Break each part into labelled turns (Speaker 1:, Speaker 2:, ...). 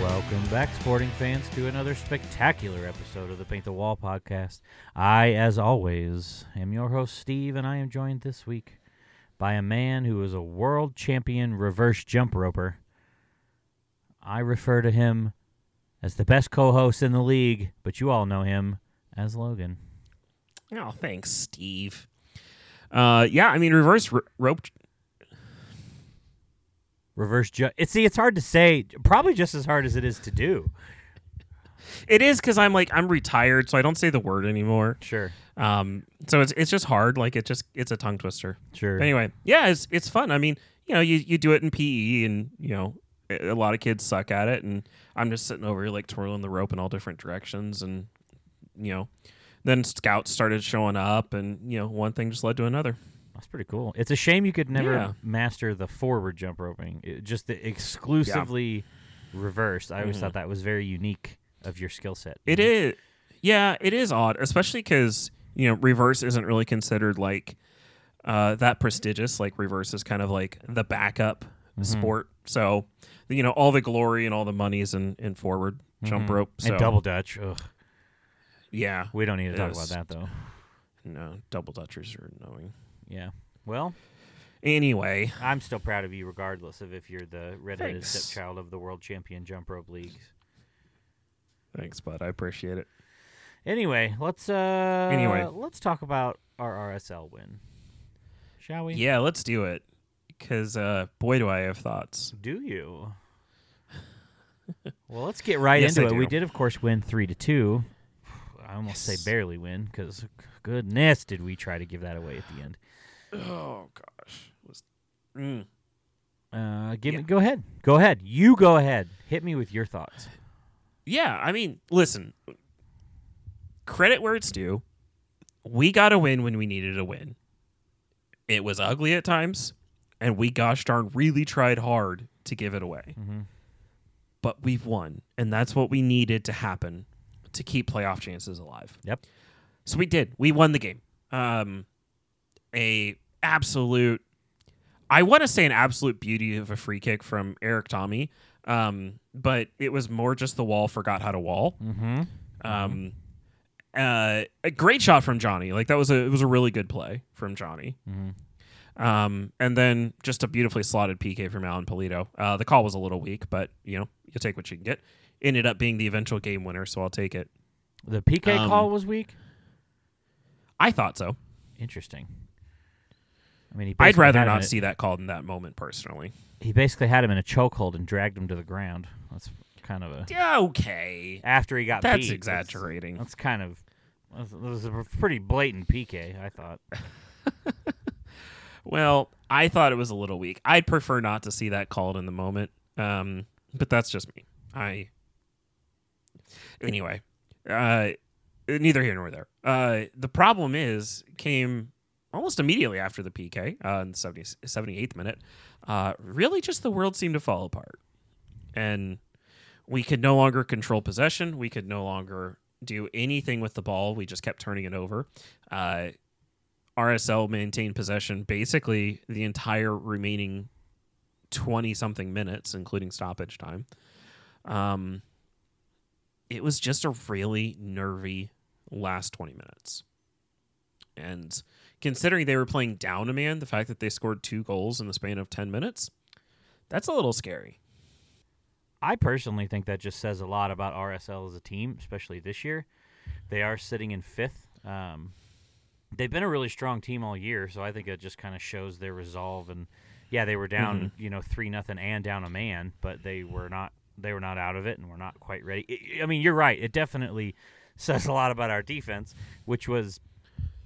Speaker 1: Welcome back, sporting fans, to another spectacular episode of the Paint the Wall podcast. I, as always, am your host, Steve, and I am joined this week by a man who is a world champion reverse jump roper. I refer to him as the best co host in the league, but you all know him as Logan.
Speaker 2: Oh, thanks, Steve. Uh, yeah, I mean, reverse r- rope.
Speaker 1: Reverse jump. It's see, it's hard to say. Probably just as hard as it is to do.
Speaker 2: It is because I'm like I'm retired, so I don't say the word anymore.
Speaker 1: Sure,
Speaker 2: Um, so it's it's just hard. Like it just it's a tongue twister.
Speaker 1: sure.
Speaker 2: But anyway, yeah, it's it's fun. I mean, you know, you you do it in PE, and you know, a a lot of kids suck at it, and I'm just sitting over here like twirling the rope in all different directions, and you know, then scouts started showing up, and you know, one thing just led to another.
Speaker 1: That's pretty cool. It's a shame you could never
Speaker 2: Yeah.
Speaker 1: master the forward jump roping, It- just the exclusively reversed. I always thought that was very unique of your skill set.
Speaker 2: Mm-hmm. It is. Yeah, it is odd, especially because you know reverse isn't really considered like uh, that prestigious. Like reverse is kind of like the backup sport. So you know all the glory and all the money is in, in forward jump rope. So
Speaker 1: and double dutch. Ugh,
Speaker 2: Yeah,
Speaker 1: we don't need to talk about
Speaker 2: Yes.
Speaker 1: that though.
Speaker 2: no double dutchers are annoying.
Speaker 1: Yeah. Well,
Speaker 2: Anyway,
Speaker 1: I'm still proud of you, regardless of if you're the redheaded
Speaker 2: Thanks.
Speaker 1: stepchild of the world champion jump rope leagues.
Speaker 2: thanks, bud. I appreciate it.
Speaker 1: Anyway, let's uh
Speaker 2: Anyway.
Speaker 1: let's talk about our RSL win, shall we?
Speaker 2: Yeah, let's do it. Because uh, boy, do I have thoughts.
Speaker 1: Do you? well, let's get right
Speaker 2: Yes,
Speaker 1: into
Speaker 2: I
Speaker 1: it. We
Speaker 2: do.
Speaker 1: did, of course, win three to two. I almost
Speaker 2: Yes.
Speaker 1: say barely win because goodness, did we try to give that away at the end?
Speaker 2: Oh gosh, was. Mm.
Speaker 1: Uh, give
Speaker 2: Yeah.
Speaker 1: me, go ahead, go ahead. You go ahead. Hit me with your thoughts.
Speaker 2: Yeah, I mean, listen, credit where it's due. We got a win when we needed a win. It was ugly at times, and we gosh darn really tried hard to give it away.
Speaker 1: Mhm.
Speaker 2: But we've won, and that's what we needed to happen to keep playoff chances alive.
Speaker 1: Yep.
Speaker 2: So we did. We won the game. Um, a absolute. I want to say an absolute beauty of a free kick from Eric Tommy, um, but it was more just the wall forgot how to wall.
Speaker 1: Mm-hmm.
Speaker 2: Um, uh, a great shot from Johnny. Like that was a it was a really good play from Johnny.
Speaker 1: Mhm.
Speaker 2: Um, and then just a beautifully slotted PK from Alan Polito. Uh, the call was a little weak, but you know you take what you can get. Ended up being the eventual game winner, so I'll take it.
Speaker 1: The PK
Speaker 2: Um,
Speaker 1: call was weak.
Speaker 2: I thought so.
Speaker 1: Interesting. I mean, he
Speaker 2: I'd
Speaker 1: basically
Speaker 2: rather
Speaker 1: had him
Speaker 2: not
Speaker 1: in a-
Speaker 2: see that called in that moment personally.
Speaker 1: He basically had him in a chokehold and dragged him to the ground. That's kind of a
Speaker 2: Yeah, okay.
Speaker 1: after he got beat,
Speaker 2: That's
Speaker 1: it's-
Speaker 2: exaggerating.
Speaker 1: That's kind of that was a pretty blatant PK. I thought.
Speaker 2: Well, I thought it was a little weak. I'd prefer not to see that called in the moment. Um, but that's just me. I anyway. Uh, neither here nor there. Uh, the problem is came almost immediately after the PK uh, in the 70, 78th minute. Uh, really, just the world seemed to fall apart, and we could no longer control possession. We could no longer do anything with the ball. We just kept turning it over. Uh, RSL maintained possession basically the entire remaining 20 something minutes, including stoppage time. Um, it was just a really nervy last 20 minutes. And considering they were playing down a man, the fact that they scored two goals in the span of 10 minutes, that's a little scary.
Speaker 1: I personally think that just says a lot about RSL as a team, especially this year. They are sitting in fifth. Um, they've been a really strong team all year, so I think it just kind of shows their resolve. And yeah, they were down, you know, three nothing and down a man, but they were not they were not out of it, and were not quite ready. I- I mean, you're right. It definitely says a lot about our defense, which was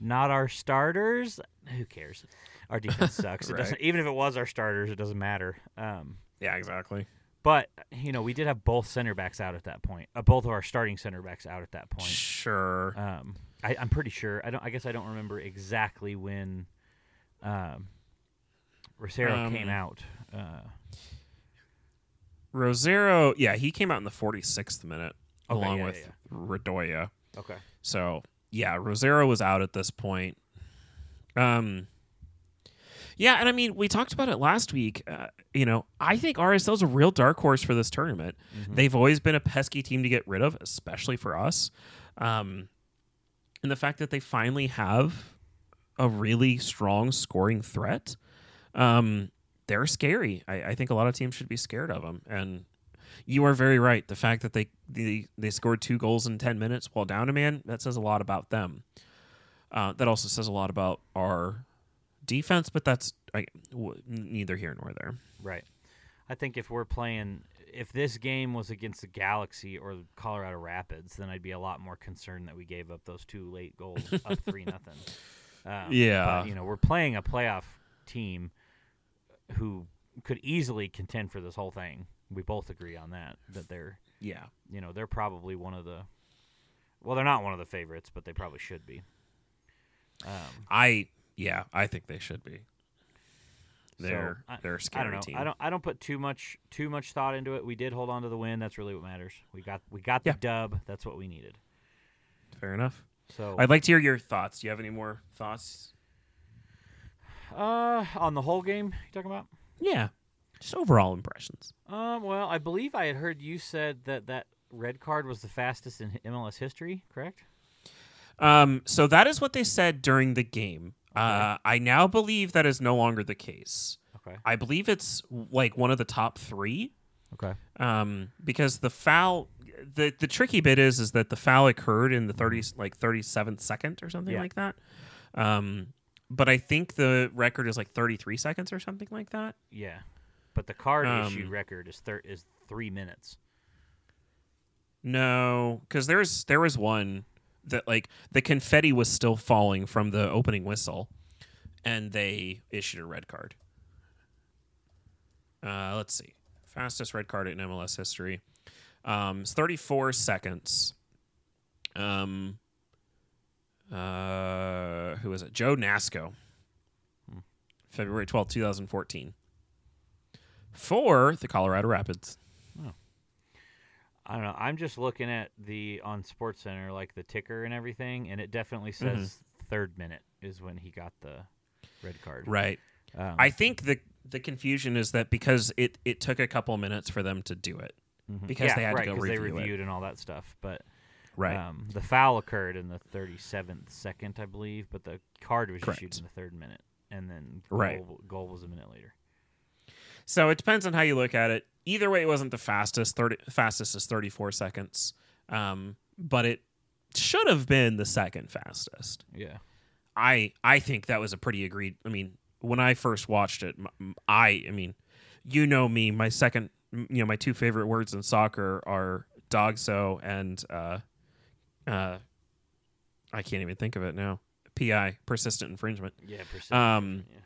Speaker 1: not our starters. Who cares? Our defense sucks. It
Speaker 2: Right.
Speaker 1: doesn't even if it was our starters, it doesn't matter. Um,
Speaker 2: Yeah, exactly.
Speaker 1: but you know, we did have both center backs out at that point. Uh, both of our starting center backs out at that point.
Speaker 2: Sure.
Speaker 1: Um, I, I'm pretty sure. I don't. I guess I don't remember exactly when um, Rosero came
Speaker 2: Um,
Speaker 1: out. Uh,
Speaker 2: Rosero, yeah, he came out in the 46th minute
Speaker 1: Okay,
Speaker 2: along
Speaker 1: yeah,
Speaker 2: with
Speaker 1: yeah,
Speaker 2: Redoya.
Speaker 1: okay.
Speaker 2: So yeah, Rosero was out at this point. Um, Yeah, and I mean, we talked about it last week. Uh, you know, I think RSL is a real dark horse for this tournament.
Speaker 1: Mhm.
Speaker 2: Mm-hmm. They've always been a pesky team to get rid of, especially for us. Um, and the fact that they finally have a really strong scoring threat, um, they're scary. I, I think a lot of teams should be scared of them. And you are very right. The fact that they they, they scored two goals in ten minutes while down a man that says a lot about them. Uh, that also says a lot about our defense, but that's I, w- neither here nor there.
Speaker 1: Right. I think if we're playing, if this game was against the Galaxy or the Colorado Rapids, then I'd be a lot more concerned that we gave up those two late goals up three nothing. Um,
Speaker 2: Yeah.
Speaker 1: But, you know, we're playing a playoff team who could easily contend for this whole thing. We both agree on that. That they're,
Speaker 2: Yeah.
Speaker 1: you know, they're probably one of the, well, they're not one of the favorites, but they probably should be. Um,
Speaker 2: I yeah, I think they should be. They're
Speaker 1: I-
Speaker 2: they're a
Speaker 1: I
Speaker 2: scary
Speaker 1: don't know.
Speaker 2: team.
Speaker 1: I don't. I don't put too much too much thought into it. We did hold on to the win. That's really what matters. We got we got the
Speaker 2: Yeah.
Speaker 1: dub. That's what we needed.
Speaker 2: Fair enough.
Speaker 1: So
Speaker 2: I'd like to hear your thoughts. Do you have any more thoughts?
Speaker 1: uh, on the whole game, you talking about?
Speaker 2: Yeah. Just overall impressions.
Speaker 1: Um, well, I believe I had heard you said that that red card was the fastest in MLS history. Correct?
Speaker 2: Um, so that is what they said during the game. Uh, I now believe that is no longer the case.
Speaker 1: Okay.
Speaker 2: I believe it's like one of the top three
Speaker 1: Okay.
Speaker 2: um, because the foul the the tricky bit is is that the foul occurred in the 30 like 37th second or something
Speaker 1: Yeah.
Speaker 2: like that um, but i think the record is like 33 seconds or something like that
Speaker 1: Yeah, but the card issue
Speaker 2: Um,
Speaker 1: record is thir- is three minutes.
Speaker 2: no because there's there was one that like the confetti was still falling from the opening whistle and they issued a red card uh, let's see fastest red card in mls history um, it's 34 seconds um, uh, who was it? Joe Nasco, February twelfth, two 2014, for the Colorado Rapids.
Speaker 1: I don't know. I'm just looking at the on Sports Center like the ticker and everything, and it definitely says third minute is when he got the red card.
Speaker 2: Right.
Speaker 1: Um,
Speaker 2: I think the the confusion is that because it it took a couple minutes for them to do it
Speaker 1: mhm.
Speaker 2: because
Speaker 1: Yeah,
Speaker 2: they had
Speaker 1: right,
Speaker 2: to go
Speaker 1: 'cause they
Speaker 2: review it.
Speaker 1: reviewed and all that stuff. But
Speaker 2: Right.
Speaker 1: um, the foul occurred in the 37th second, I believe, but the card was
Speaker 2: Correct.
Speaker 1: issued in the third minute, and then
Speaker 2: Right.
Speaker 1: goal, goal was a minute later.
Speaker 2: So it depends on how you look at it. Either way, it wasn't the fastest. Thirty fastest is thirty four seconds, um, but it should have been the second fastest.
Speaker 1: Yeah.
Speaker 2: I I think that was a pretty agreed. I mean, when I first watched it, m- m- I I mean, you know me. My second, m- you know, my two favorite words in soccer are dogso and uh, uh, I can't even think of it now. PI, persistent infringement.
Speaker 1: Yeah. Percent.
Speaker 2: Um,
Speaker 1: yeah.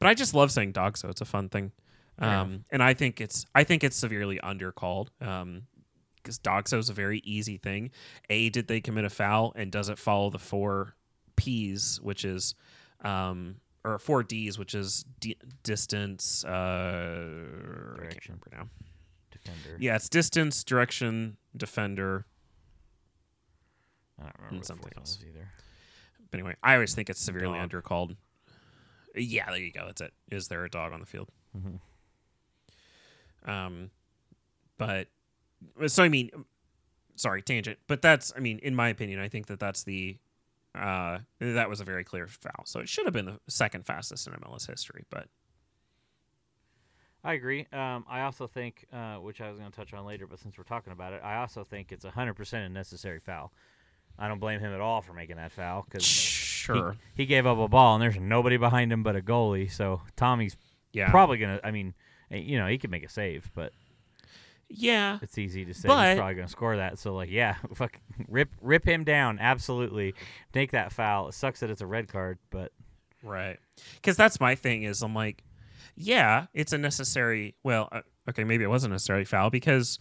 Speaker 2: but I just love saying dog, so it's a fun thing.
Speaker 1: Fair enough.
Speaker 2: Um, and I think it's I think it's severely undercalled um, because dog so is a very easy thing. A, did they commit a foul, and does it follow the four P's, which is um, or four D's, which is d- distance. Uh, I can't
Speaker 1: Direction.
Speaker 2: remember now.
Speaker 1: Defender.
Speaker 2: Yeah, it's distance, direction, defender.
Speaker 1: I don't remember what the
Speaker 2: something
Speaker 1: fourth one
Speaker 2: else.
Speaker 1: was either.
Speaker 2: But anyway, I always think it's severely
Speaker 1: Dog.
Speaker 2: undercalled. Yeah, there you go. That's it. Is there a dog on the field?
Speaker 1: Mhm.
Speaker 2: Um, but so I mean, sorry, tangent. But that's I mean, in my opinion, I think that that's the uh that was a very clear foul. So it should have been the second fastest in MLS history. But
Speaker 1: I agree. Um, I also think, uh, which I was going to touch on later, but since we're talking about it, I also think it's 100% a necessary foul. I don't blame him at all for making that foul because
Speaker 2: sure,
Speaker 1: he gave up a ball and there's nobody behind him but a goalie. So Tommy's
Speaker 2: yeah,
Speaker 1: probably going to, I mean, eh, you know, he could make a save, but
Speaker 2: yeah.
Speaker 1: it's easy to say
Speaker 2: But-
Speaker 1: he's probably going to score that. So, like, yeah, fuck, rip, rip him down. Absolutely. Make that foul. It sucks that it's a red card, but
Speaker 2: Right. Because that's my thing is I'm like, yeah, it's a necessary. Well, uh, okay, maybe it wasn't necessarily foul because,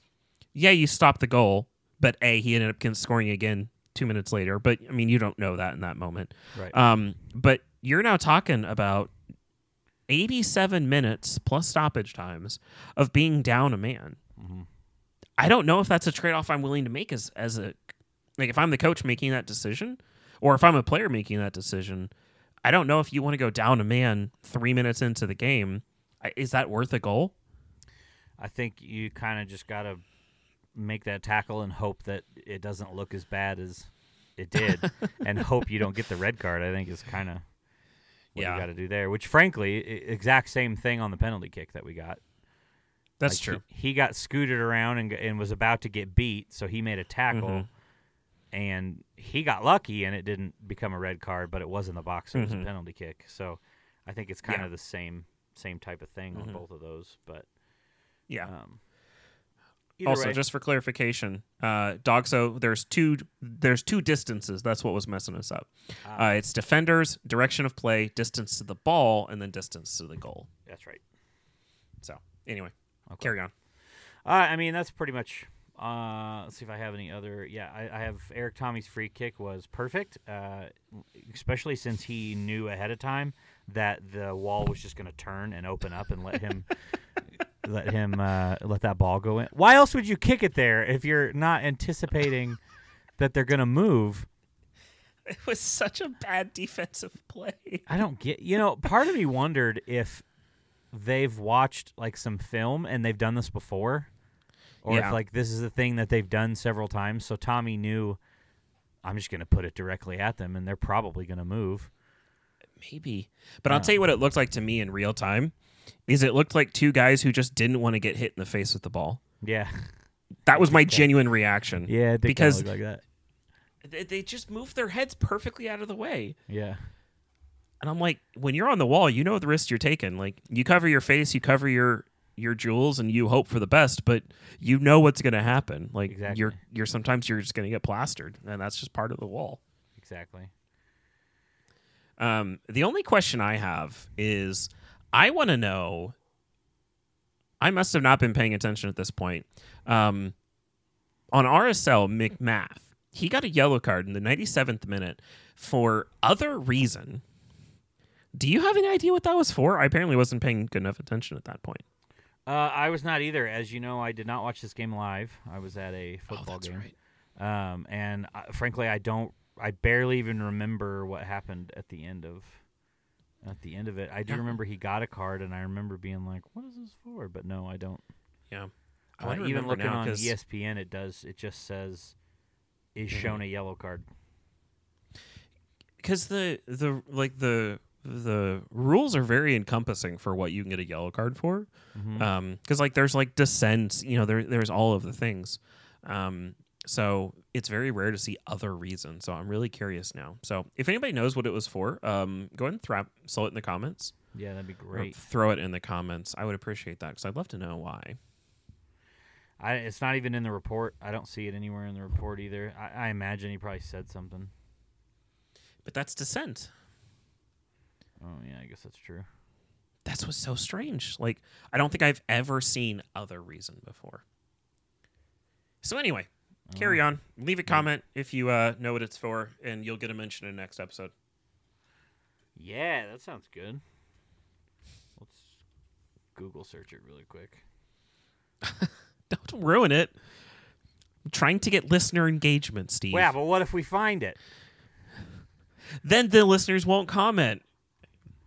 Speaker 2: yeah, you stopped the goal, but a he ended up con- scoring again two minutes later. But I mean, you don't know that in that moment.
Speaker 1: right.
Speaker 2: Um, but you're now talking about 87 minutes plus stoppage times of being down a man.
Speaker 1: Mhm.
Speaker 2: I don't know if that's a trade off I'm willing to make as as a like if I'm the coach making that decision or if I'm a player making that decision, I don't know if you want to go down a man three minutes into the game. I- Is that worth a goal?
Speaker 1: I think you kind of just got to make that tackle and hope that it doesn't look as bad as it did, and hope you don't get the red card. I think is kind of what
Speaker 2: Yeah.
Speaker 1: you got to do there. Which, frankly, i- exact same thing on the penalty kick that we got.
Speaker 2: That's
Speaker 1: Like,
Speaker 2: true.
Speaker 1: He, he got scooted around and, g- and was about to get beat, so he made a tackle,
Speaker 2: Mm-hmm.
Speaker 1: and he got lucky, and it didn't become a red card, but it was in the box. So It was
Speaker 2: Mhm.
Speaker 1: a penalty kick. So I think it's kind
Speaker 2: Yeah.
Speaker 1: of the same same type of thing
Speaker 2: Mhm.
Speaker 1: on both of those. But
Speaker 2: yeah.
Speaker 1: um, either
Speaker 2: also,
Speaker 1: way-
Speaker 2: just for clarification, uh, dog. So there's two. There's two distances. That's what was messing us up.
Speaker 1: Ah.
Speaker 2: Uh, it's defenders, direction of play, distance to the ball, and then distance to the goal.
Speaker 1: that's right.
Speaker 2: So anyway,
Speaker 1: Okay.
Speaker 2: carry on.
Speaker 1: Uh, I mean, that's pretty much. Uh, let's see if I have any other. Yeah, I, I have Eric Tommy's free kick was perfect, uh, especially since he knew ahead of time that the wall was just going to turn and open up and let him let him uh, let that ball go in. Why else would you kick it there if you're not anticipating that they're going to move?
Speaker 2: It was such a bad defensive play.
Speaker 1: I don't get. You know, part of me wondered if they've watched like some film and they've done this before, or
Speaker 2: Yeah.
Speaker 1: if like this is a thing that they've done several times. So Tommy knew, I'm just going to put it directly at them, and they're probably going to move.
Speaker 2: Maybe, but I'll tell you what it looked like to me in real time. Is it looked like two guys who just didn't want to get hit in the face with the ball?
Speaker 1: Yeah,
Speaker 2: That was my genuine reaction.
Speaker 1: yeah. It did kinda
Speaker 2: Because-
Speaker 1: look like that.
Speaker 2: They- They just moved their heads perfectly out of the way.
Speaker 1: Yeah,
Speaker 2: And I'm like, when you're on the wall, you know the risks you're taking. Like you cover your face, you cover your your jewels, and you hope for the best, but you know what's going to happen. Like
Speaker 1: Exactly.
Speaker 2: you're you're sometimes you're just going to get plastered, and that's just part of the wall.
Speaker 1: exactly.
Speaker 2: Um, the only question I have is, I want to know. I must have not been paying attention at this point. Um, on RSL McMath, he got a yellow card in the 97th minute for other reason. Do you have any idea what that was for? I apparently wasn't paying good enough attention at that point.
Speaker 1: Uh, I was not either. As you know, I did not watch this game live. I was at a
Speaker 2: Oh,
Speaker 1: football game. um, and I, frankly, I don't, I barely even remember what happened at the end of, at the end of it. I do
Speaker 2: Yeah.
Speaker 1: remember he got a card, and I remember being like, "What is this for?" But no, I don't.
Speaker 2: Yeah.
Speaker 1: Uh,
Speaker 2: wanna
Speaker 1: even
Speaker 2: remember
Speaker 1: looking
Speaker 2: now,
Speaker 1: on E
Speaker 2: 'cause- Mm-hmm.
Speaker 1: ESPN, it does. It just says is shown a yellow card.
Speaker 2: because the the like the the rules are very encompassing for what you can get a yellow card for
Speaker 1: Mhm.
Speaker 2: um because like there's like dissent you know there there's all of the things um so it's very rare to see other reasons so i'm really curious now so if anybody knows what it was for um go ahead and throw sell it in the comments
Speaker 1: Yeah, that'd be
Speaker 2: or
Speaker 1: great.
Speaker 2: throw it in the comments i would appreciate that because i'd love to know why
Speaker 1: I, it's not even in the report. I don't see it anywhere in the report either. I, I imagine he probably said something.
Speaker 2: but that's dissent
Speaker 1: Oh yeah, I guess that's true.
Speaker 2: that's what's so strange. Like, I don't think I've ever seen other reason before. So anyway, carry on. Leave a comment if you uh, know what it's for, and you'll get a mention in next episode.
Speaker 1: Yeah, that sounds good. Let's Google search it really quick.
Speaker 2: Don't ruin it. I'm trying to get listener engagement, Steve.
Speaker 1: Yeah, but what if we find it?
Speaker 2: then the listeners won't comment.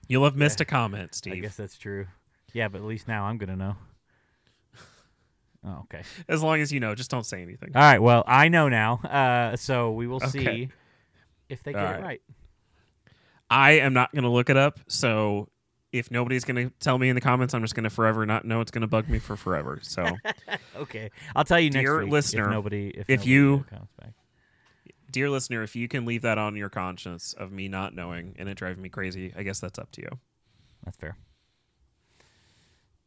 Speaker 2: You'll have missed a comment,
Speaker 1: I
Speaker 2: Steve.
Speaker 1: guess that's true. Yeah, but at least now I'm gonna know. Oh, okay.
Speaker 2: As long as you know, just don't say anything.
Speaker 1: All right. Well, I know now. Uh, so we will
Speaker 2: Okay.
Speaker 1: see if they
Speaker 2: All
Speaker 1: get it
Speaker 2: right.
Speaker 1: right.
Speaker 2: I am not going to look it up. So if nobody's going to tell me in the comments, I'm just going to forever not know. It's going to bug me for forever. So.
Speaker 1: Okay. I'll tell you next
Speaker 2: Dear
Speaker 1: week
Speaker 2: listener,
Speaker 1: if nobody if,
Speaker 2: if
Speaker 1: nobody uh,
Speaker 2: you-
Speaker 1: comes back.
Speaker 2: dear listener, if you can leave that on your conscience of me not knowing and it driving me crazy, I guess that's up to you.
Speaker 1: That's fair.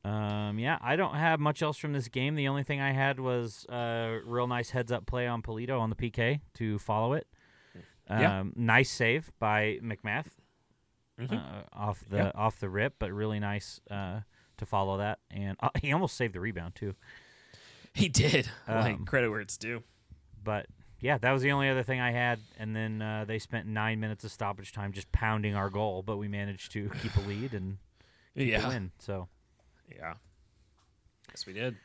Speaker 1: Um, yeah, I don't have much else from this game. The only thing I had was uh, real nice heads up play on Polito on the PK to follow it. Um,
Speaker 2: Mm. Yeah.
Speaker 1: Nice save by McMath
Speaker 2: Mhm.
Speaker 1: uh, off the
Speaker 2: Yeah.
Speaker 1: off the rip, but really nice uh, to follow that. And uh, he almost saved the rebound too.
Speaker 2: He did. like
Speaker 1: Um,
Speaker 2: credit where it's due.
Speaker 1: But yeah, that was the only other thing I had. And then uh, they spent nine minutes of stoppage time just pounding our goal, but we managed to keep a lead and keep a
Speaker 2: Yeah.
Speaker 1: win. So
Speaker 2: Yeah. Yes, we did.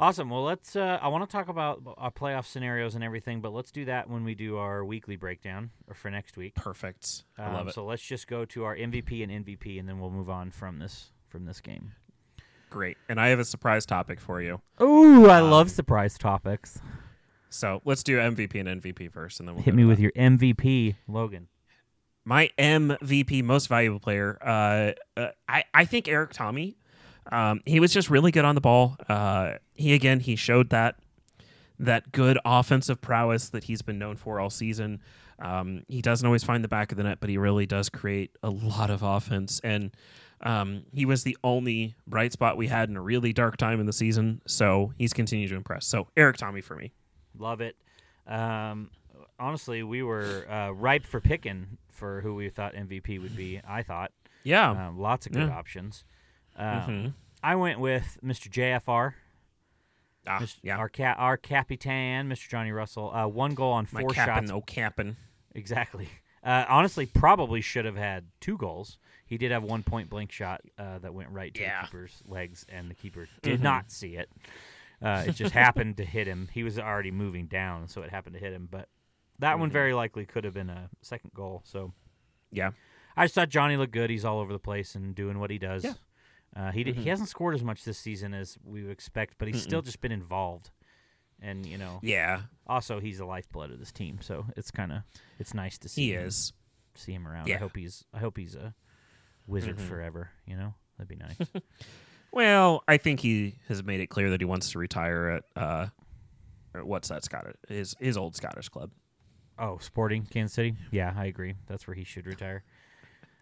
Speaker 1: Awesome. Well, let's. Uh, I want to talk about our playoff scenarios and everything, but let's do that when we do our weekly breakdown or for next week.
Speaker 2: Perfect. I
Speaker 1: Um,
Speaker 2: love it.
Speaker 1: So let's just go to our MVP and MVP, and then we'll move on from this from this game.
Speaker 2: Great. And I have a surprise topic for you.
Speaker 1: Ooh, I love surprise topics.
Speaker 2: So let's do MVP and MVP first, and then we'll
Speaker 1: Hit
Speaker 2: go
Speaker 1: me
Speaker 2: to
Speaker 1: with
Speaker 2: that.
Speaker 1: your MVP, Logan.
Speaker 2: my MVP, most valuable player. Uh, uh, I I think Eric Tommy. Um, he was just really good on the ball. Uh, he again he showed that that good offensive prowess that he's been known for all season. Um, he doesn't always find the back of the net, but he really does create a lot of offense. And um, he was the only bright spot we had in a really dark time in the season. So he's continued to impress. So Eric Tommy for me.
Speaker 1: Love it. Um, honestly, we were uh, ripe for picking for who we thought MVP would be. I thought
Speaker 2: Yeah.
Speaker 1: um, lots of good
Speaker 2: yeah. Mm-hmm.
Speaker 1: options. Um, I went with Mr. JFR,
Speaker 2: Ah,
Speaker 1: Mr.
Speaker 2: yeah.
Speaker 1: our ca- our capitan, Mr. Johnny Russell. Uh, one goal on
Speaker 2: My
Speaker 1: four
Speaker 2: capping,
Speaker 1: shots.
Speaker 2: oh capping.
Speaker 1: Exactly. Uh, honestly, probably should have had two goals. He did have one point blank shot uh, that went right to
Speaker 2: Yeah. Mm-hmm.
Speaker 1: the keeper's legs, and the keeper did not see it. Uh, it just happened to hit him. He was already moving down, so it happened to hit him. But that
Speaker 2: Mm-hmm.
Speaker 1: one very likely could have been a second goal. So
Speaker 2: Yeah.
Speaker 1: I just thought Johnny looked good. He's all over the place and doing what he does.
Speaker 2: Yeah. Mm-hmm.
Speaker 1: Uh, he did, he hasn't scored as much this season as we would expect, but he's still just been involved. And you know,
Speaker 2: Yeah.
Speaker 1: also he's the lifeblood of this team, so it's kind of it's nice to see.
Speaker 2: He
Speaker 1: him
Speaker 2: is.
Speaker 1: see him around. I
Speaker 2: Yeah. Mm-hmm.
Speaker 1: hope he's I hope he's a wizard forever. You know, that'd be nice.
Speaker 2: Well, I think he has made it clear that he wants to retire at uh, or what's that Scottish his his old Scottish club.
Speaker 1: oh, Sporting Kansas City. Yeah, I agree. That's where he should retire.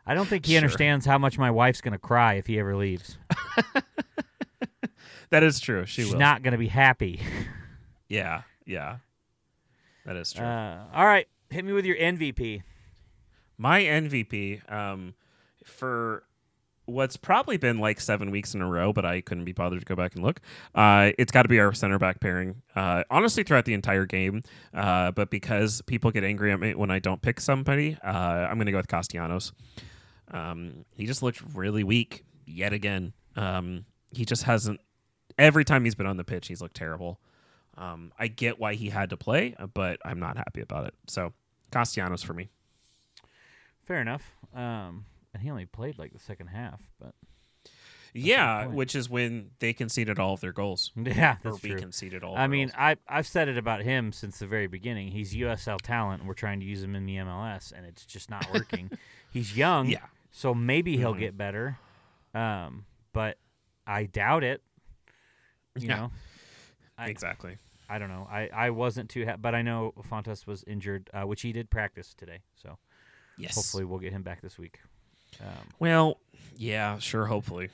Speaker 1: I don't think he
Speaker 2: Sure.
Speaker 1: understands how much my wife's gonna cry if he ever leaves.
Speaker 2: That is true. She
Speaker 1: She's
Speaker 2: will.
Speaker 1: not gonna be happy.
Speaker 2: yeah. Yeah. That is true.
Speaker 1: Uh, all right, hit me with your MVP.
Speaker 2: My MVP um, for what's probably been like seven weeks in a row, but I couldn't be bothered to go back and look. Uh, it's got to be our center back pairing. Uh, honestly, throughout the entire game, uh, but because people get angry at me when I don't pick somebody, uh, I'm going to go with Castellanos. Um, he just looked really weak yet again. Um, he just hasn't. Every time he's been on the pitch, he's looked terrible. Um, I get why he had to play, but I'm not happy about it. So, Castellanos for me.
Speaker 1: Fair enough. Um, and he only played like the second half, but
Speaker 2: Yeah,
Speaker 1: point.
Speaker 2: which is when they conceded all of their goals.
Speaker 1: yeah,
Speaker 2: Or
Speaker 1: that's
Speaker 2: we
Speaker 1: true.
Speaker 2: conceded all. Of
Speaker 1: I
Speaker 2: our
Speaker 1: mean,
Speaker 2: goals.
Speaker 1: I I've said it about him since the very beginning. He's USL talent, and we're trying to use him in the MLS, and it's just not working. He's young,
Speaker 2: Yeah.
Speaker 1: so maybe he'll
Speaker 2: Mhm.
Speaker 1: get better, um, but I doubt it. You
Speaker 2: Yeah.
Speaker 1: know, I-
Speaker 2: exactly.
Speaker 1: I don't know. I I wasn't too, ha- but I know Fontes was injured, uh, which he did practice today. So
Speaker 2: Yes.
Speaker 1: hopefully we'll get him back this week. Um,
Speaker 2: Well, yeah, sure. Hopefully.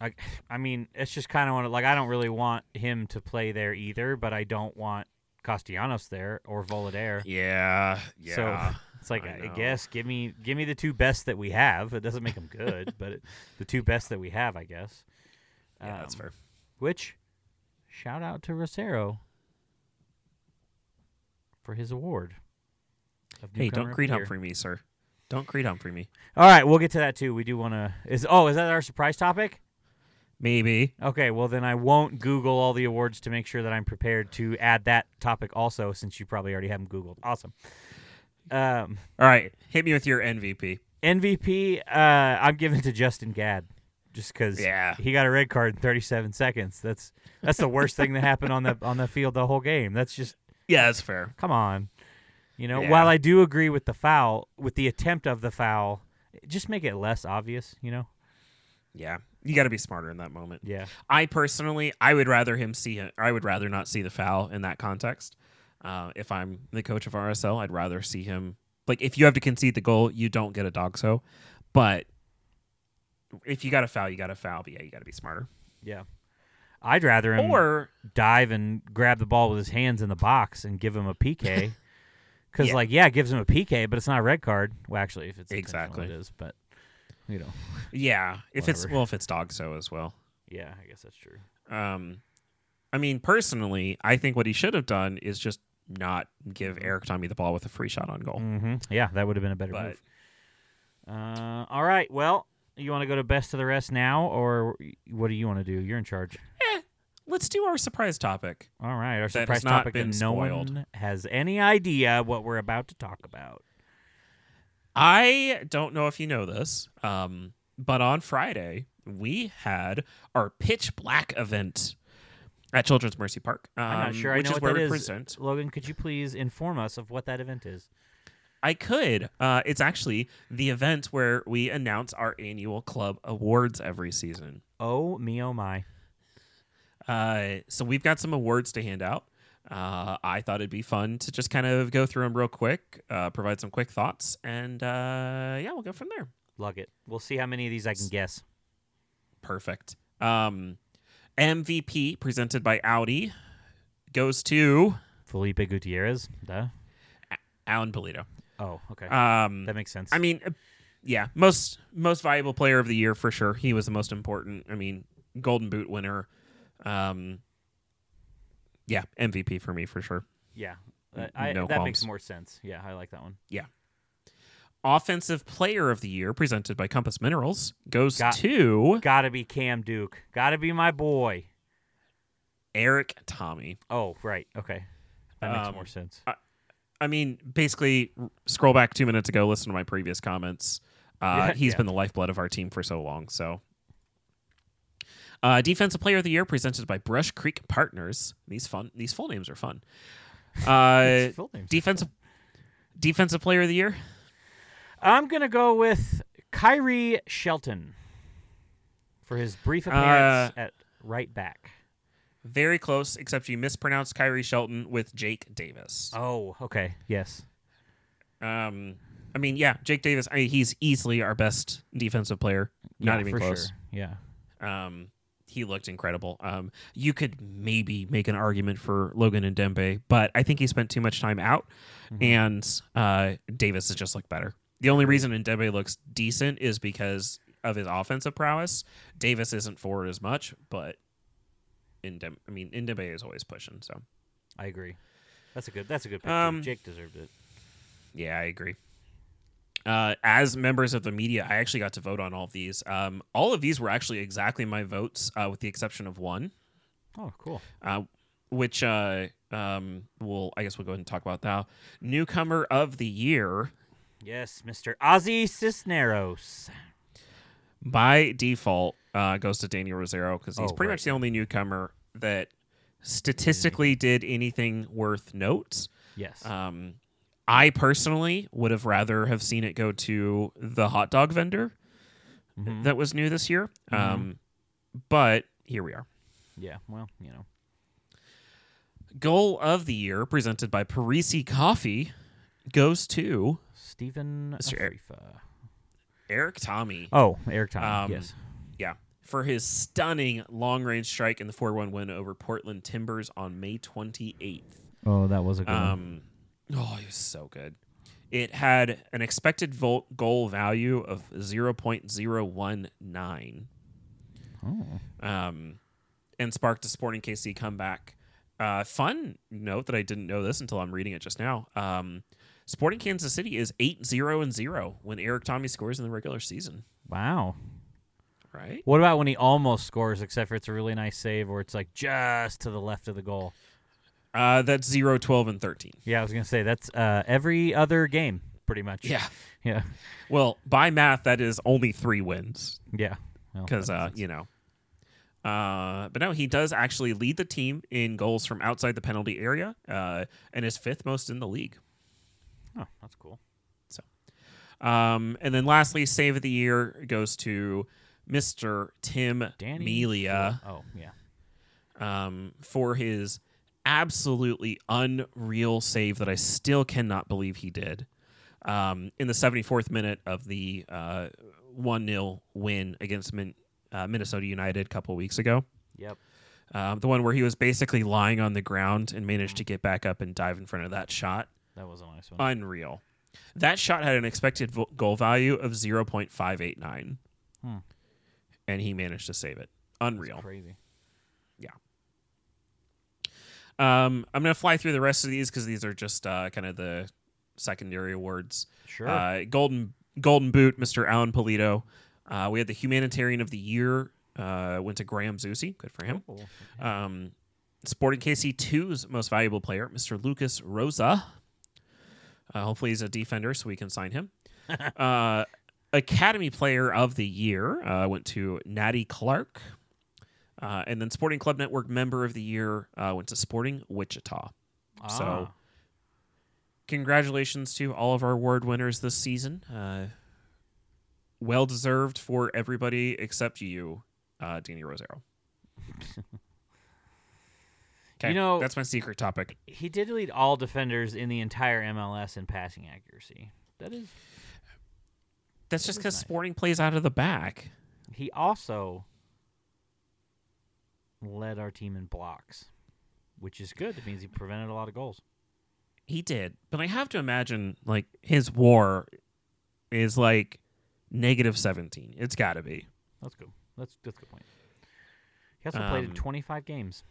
Speaker 1: I, I mean, it's just kind of want to like. I don't really want him to play there either, but I don't want Castellanos there or Volader.
Speaker 2: Yeah. Yeah.
Speaker 1: So it's like
Speaker 2: I
Speaker 1: I,
Speaker 2: know.
Speaker 1: guess give me give me the two best that we have. It doesn't make them good, but it, the two best that we have, I guess.
Speaker 2: yeah, that's
Speaker 1: Um,
Speaker 2: fair.
Speaker 1: Which shout out to Rosero for his award. of
Speaker 2: Hey,
Speaker 1: newcomer
Speaker 2: don't
Speaker 1: of
Speaker 2: creed
Speaker 1: the
Speaker 2: hump
Speaker 1: year.
Speaker 2: for me, sir. Don't creed hump for me.
Speaker 1: All right, we'll get to that too. We do want to. Is oh, is that our surprise topic?
Speaker 2: Maybe.
Speaker 1: Okay, well then I won't Google all the awards to make sure that I'm prepared to add that topic also, since you probably already have them Googled. Awesome. Um,
Speaker 2: All right. Hit me with your MVP.
Speaker 1: MVP, uh, I'm giving to Justin Gadd, just because
Speaker 2: Yeah.
Speaker 1: he got a red card in 37 seconds. That's that's the worst thing that happened on the on the field the whole game. That's just
Speaker 2: Yeah, that's fair.
Speaker 1: come on, you know.
Speaker 2: Yeah.
Speaker 1: While I do agree with the foul, with the attempt of the foul, just make it less obvious, you know.
Speaker 2: Yeah. You got to be smarter in that moment.
Speaker 1: Yeah,
Speaker 2: I personally, I would rather him see it. I would rather not see the foul in that context. Uh, if I'm the coach of RSL, I'd rather see him. Like, if you have to concede the goal, you don't get a dog so. But if you got to foul, you got to foul. But yeah, you got to be smarter.
Speaker 1: yeah. I'd rather him
Speaker 2: Or
Speaker 1: dive and grab the ball with his hands in the box and give him a PK. Because
Speaker 2: Yeah.
Speaker 1: like, yeah, it gives him a PK, but it's not a red card. Well, actually, if it's intentional,
Speaker 2: Exactly.
Speaker 1: it is. But you know,
Speaker 2: yeah, if it's
Speaker 1: Whatever.
Speaker 2: well, if it's dog so as well.
Speaker 1: yeah, I guess that's true.
Speaker 2: Um, I mean, personally, I think what he should have done is just not give Eric Tommy the ball with a free shot on goal.
Speaker 1: hmm Yeah, that would have been a better
Speaker 2: But-
Speaker 1: move. Uh, all right. Well, you want to go to best of the rest now, or what do you want to do? You're in charge.
Speaker 2: let's do our surprise topic.
Speaker 1: All right, our
Speaker 2: That has
Speaker 1: surprise
Speaker 2: not
Speaker 1: topic,
Speaker 2: been
Speaker 1: and no
Speaker 2: spoiled.
Speaker 1: one has any idea what we're about to talk about.
Speaker 2: I don't know if you know this, um, but on Friday we had our Pitch Black event at Children's Mercy Park. Um,
Speaker 1: I'm not sure I
Speaker 2: which
Speaker 1: know
Speaker 2: is
Speaker 1: what
Speaker 2: where
Speaker 1: that
Speaker 2: we
Speaker 1: is.
Speaker 2: present.
Speaker 1: Logan, could you please inform us of what that event is?
Speaker 2: I could. Uh, it's actually the event where we announce our annual club awards every season.
Speaker 1: Oh me, oh my!
Speaker 2: Uh, so we've got some awards to hand out. Uh, I thought it'd be fun to just kind of go through them real quick, uh, provide some quick thoughts, and uh, yeah, we'll go from there.
Speaker 1: Lug it. We'll see how many of these I can guess.
Speaker 2: Perfect. Um, MVP presented by Audi goes to
Speaker 1: Felipe Gutierrez. Duh.
Speaker 2: Alan Polito.
Speaker 1: Oh, okay.
Speaker 2: Um,
Speaker 1: that makes sense.
Speaker 2: I mean, uh, yeah, most most valuable player of the year for sure. He was the most important. I mean, Golden Boot winner. Um, yeah, MVP for me for sure.
Speaker 1: yeah, that, I,
Speaker 2: no
Speaker 1: that
Speaker 2: qualms.
Speaker 1: makes more sense. Yeah, I like that one.
Speaker 2: Offensive player of the year presented by Compass Minerals goes
Speaker 1: Got-
Speaker 2: to
Speaker 1: Gotta be Cam Duke. Gotta be my boy.
Speaker 2: Eric Tommy.
Speaker 1: Oh, right. Okay, that makes
Speaker 2: Um,
Speaker 1: more sense.
Speaker 2: I mean, basically, r- scroll back two minutes ago, listen to my previous comments. Uh,
Speaker 1: Yeah,
Speaker 2: he's
Speaker 1: yeah.
Speaker 2: been the lifeblood of our team for so long. So, uh, defensive player of the year presented by Brush Creek Partners. These fun. These full names are fun. Uh,
Speaker 1: His full name's-
Speaker 2: defensive defensive player of the year.
Speaker 1: I'm gonna go with Kyrie Shelton for his
Speaker 2: Uh,
Speaker 1: brief appearance at right back.
Speaker 2: Very close, except you mispronounced Kyrie Shelton with Jake Davis.
Speaker 1: Oh, okay. Yes. Oh.
Speaker 2: Um, I mean, yeah, Jake Davis. I mean, he's easily our best defensive player. Not
Speaker 1: Yeah,
Speaker 2: even
Speaker 1: for
Speaker 2: close.
Speaker 1: Sure. Yeah.
Speaker 2: Um, he looked incredible. Um, you could maybe make an argument for Logan and Dembe, but I think he spent too much time out, and uh, Davis has just looked better. The only reason Dembe looks decent is because of his offensive prowess. Davis isn't forward as much, but Ndem- I mean, Dembe is always pushing. So
Speaker 1: I agree. That's a good. That's a good pick. too.
Speaker 2: Um,
Speaker 1: Jake deserved it.
Speaker 2: yeah, I agree. Uh, as members of the media, I actually got to vote on all of these. Um, all of these were actually exactly my votes, uh, with the exception of one.
Speaker 1: Oh, cool.
Speaker 2: uh, which uh, um, we'll I guess we'll go ahead and talk about now. Newcomer of the year
Speaker 1: Yes, Mr. Ozzy Cisneros.
Speaker 2: by default uh, goes to Daniel Rosero because he's
Speaker 1: Oh,
Speaker 2: pretty
Speaker 1: right. Mm.
Speaker 2: much the only newcomer that statistically did anything worth note.
Speaker 1: Yes.
Speaker 2: Um, I personally would have rather have seen it go to the hot dog vendor
Speaker 1: Mhm.
Speaker 2: that was new this year,
Speaker 1: Mm-hmm.
Speaker 2: um, but here we are.
Speaker 1: yeah. Well, you know.
Speaker 2: Goal of the year presented by Parisi Coffee goes to
Speaker 1: Stephen
Speaker 2: Mr. Eric.
Speaker 1: Afrifa.
Speaker 2: Eric Tommy.
Speaker 1: Oh, Eric Thomas.
Speaker 2: Um,
Speaker 1: yes.
Speaker 2: Yeah. For his stunning long range strike in the 4 1 win over Portland Timbers on May 28th.
Speaker 1: Oh, that was a good one.
Speaker 2: Um, oh, he was so good. It had an expected volt goal value of 0.019
Speaker 1: Oh.
Speaker 2: um, and sparked a Sporting KC comeback. Uh, fun note that I didn't know this until I'm reading it just now. Um, Sporting Kansas City is 8 0 and 0 when Eric Tommy scores in the regular season,
Speaker 1: Wow.
Speaker 2: right?
Speaker 1: What about when he almost scores, except for it's a really nice save or it's like just to the left of the goal?
Speaker 2: Uh, that's 0 12 and 13.
Speaker 1: Yeah, I was going to say that's uh, every other game, pretty much.
Speaker 2: Yeah.
Speaker 1: Yeah.
Speaker 2: Well, by math, that is only three wins
Speaker 1: Yeah. Well,
Speaker 2: because,
Speaker 1: that
Speaker 2: uh,
Speaker 1: makes sense.
Speaker 2: you know. Uh, but no, he does actually lead the team in goals from outside the penalty area uh, and is fifth most in the league.
Speaker 1: Oh, that's cool.
Speaker 2: Um, and then lastly, save of the year goes to Mr. Tim
Speaker 1: Danny.
Speaker 2: Melia
Speaker 1: Oh, yeah.
Speaker 2: um, for his absolutely unreal save that I still cannot believe he did um, in the 74th minute of the 1 0 win against Min- uh, Minnesota United a couple weeks ago.
Speaker 1: Yep.
Speaker 2: Um, the one where he was basically lying on the ground and managed to get back up and dive in front of that shot.
Speaker 1: That was a nice one.
Speaker 2: Unreal. That shot had an expected vo- goal value of 0.589.
Speaker 1: Hmm.
Speaker 2: And he managed to save it.
Speaker 1: That's
Speaker 2: Unreal. Uh,
Speaker 1: Crazy.
Speaker 2: Um, I'm going to fly through the rest of these because these are just uh, kind of the secondary awards.
Speaker 1: Sure.
Speaker 2: Uh, Golden Golden Boot, Mr. Alan Polito. Uh, we had the Humanitarian of the Year Uh, went to Graham Zusi. Good for him.
Speaker 1: Cool.
Speaker 2: Um, Sporting KC 2's most valuable player, Mr. Lucas Rosa. Uh, hopefully, he's a defender so we can sign him. uh, Academy Player of the Year uh, went to Natty Clark. Uh, and then Sporting Club Network Member of the Year uh, went to Sporting Wichita. So,
Speaker 1: Ah.
Speaker 2: congratulations to all of our award winners this season. Uh, well deserved for everybody except you, uh, Danny Rosero. Okay,
Speaker 1: You know-
Speaker 2: that's my secret topic.
Speaker 1: he did lead all defenders in the entire MLS in passing accuracy. That is,
Speaker 2: That's just
Speaker 1: is
Speaker 2: because
Speaker 1: nice.
Speaker 2: Sporting plays out of the back.
Speaker 1: he also led our team in blocks, which is good. It means he prevented a lot of goals.
Speaker 2: He did, but I have to imagine like his WAR is like negative seventeen. It's got to be.
Speaker 1: That's good. That's that's a good point. He also played in
Speaker 2: Um,
Speaker 1: 25 games.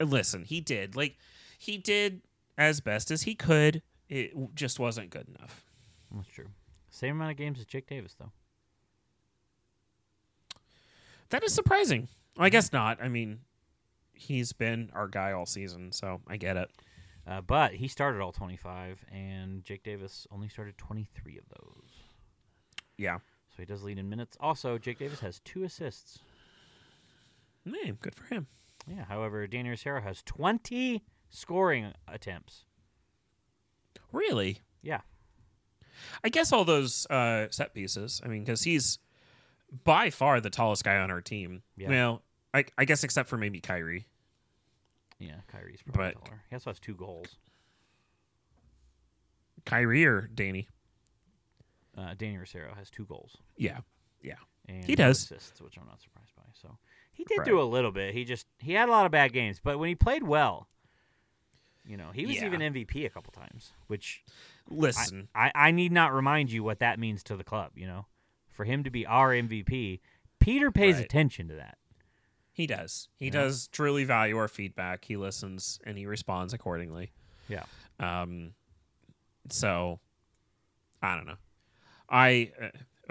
Speaker 2: listen, he did like he did as best as he could. It w- just wasn't good enough.
Speaker 1: That's true. Same amount of games as Jake Davis, though.
Speaker 2: That is surprising. Well, I guess not. I mean, he's been our guy all season, so I get it.
Speaker 1: Uh, but he started all 25, and Jake Davis only started 23 of those.
Speaker 2: Yeah.
Speaker 1: So he does lead in minutes. Also, Jake Davis has two assists.
Speaker 2: Man, good for him.
Speaker 1: Yeah. However, Danny Rosero has 20 scoring attempts.
Speaker 2: Really?
Speaker 1: Yeah.
Speaker 2: I guess all those uh, set pieces. I mean, because he's by far the tallest guy on our team.
Speaker 1: Yeah.
Speaker 2: Well, I, I guess except for maybe Kyrie.
Speaker 1: Yeah. Kyrie's probably
Speaker 2: But-
Speaker 1: taller. He also has two goals.
Speaker 2: Kyrie or Danny?
Speaker 1: Uh, Danny Rosero has two goals.
Speaker 2: Yeah. Yeah.
Speaker 1: And
Speaker 2: He
Speaker 1: no
Speaker 2: does.
Speaker 1: assists, which I'm not surprised by. So he did do
Speaker 2: Right.
Speaker 1: a little bit. He just he had a lot of bad games, but when he played well, you know, he was
Speaker 2: Yeah.
Speaker 1: even MVP a couple times, which I-
Speaker 2: Listen,
Speaker 1: I, I need not remind you what that means to the club, you know. For him to be our MVP, Peter pays
Speaker 2: Right.
Speaker 1: attention to that.
Speaker 2: He does. He
Speaker 1: Yeah.
Speaker 2: does truly value our feedback. He listens and he responds accordingly.
Speaker 1: Yeah.
Speaker 2: Um, so I don't know. I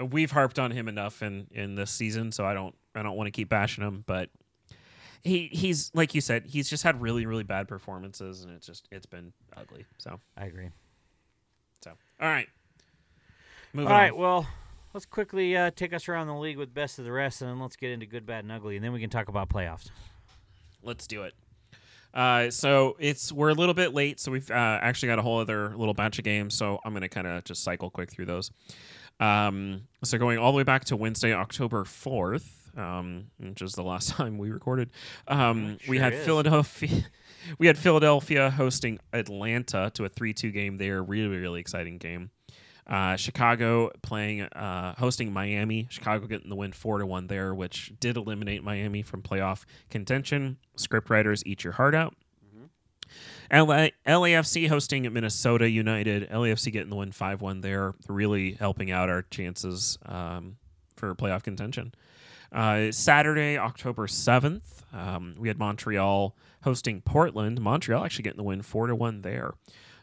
Speaker 2: uh, we've harped on him enough in in this season, so I don't I don't want to keep bashing him, but he he's like you said, he's just had really really bad performances, and it's just it's been ugly. So
Speaker 1: I agree.
Speaker 2: so all right, moving
Speaker 1: All right,
Speaker 2: on.
Speaker 1: well, let's quickly uh, take us around the league with best of the rest, and then let's get into good, bad, and ugly, and then we can talk about playoffs.
Speaker 2: Let's do it. Uh, so it's we're a little bit late, so we've uh, actually got a whole other little batch of games. So I'm gonna kind of just cycle quick through those. Um, so going all the way back to Wednesday, October fourth, um, which is the last time we recorded. Um,
Speaker 1: It
Speaker 2: we
Speaker 1: sure
Speaker 2: had
Speaker 1: is.
Speaker 2: Philadelphia. We had Philadelphia hosting Atlanta to a three-two game there. Really, really exciting game. Uh, Chicago playing uh, hosting Miami. Chicago getting the win four to one there, which did eliminate Miami from playoff contention. Script writers, eat your heart out. LA, LAFC hosting Minnesota United. LAFC getting the win 5 1 there, really helping out our chances um, for playoff contention. Uh, Saturday, October 7th, um, we had Montreal hosting Portland. Montreal actually getting the win 4 to 1 there.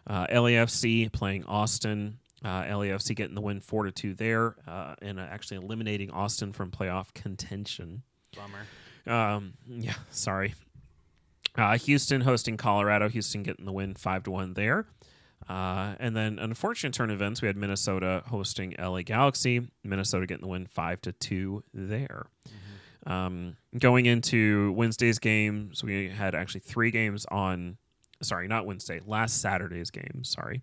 Speaker 2: Uh, LAFC playing Austin. Uh, LAFC getting the win 4 to 2 there uh, and uh, actually eliminating Austin from playoff contention.
Speaker 1: Bummer.
Speaker 2: Um, yeah, sorry. Uh, Houston hosting Colorado. Houston getting the win five to one there. Uh, and then unfortunate turn of events, we had Minnesota hosting LA Galaxy. Minnesota getting the win five to two there.
Speaker 1: Mm-hmm.
Speaker 2: Um, going into Wednesday's games, we had actually three games on. Sorry, not Wednesday. Last Saturday's game. Sorry,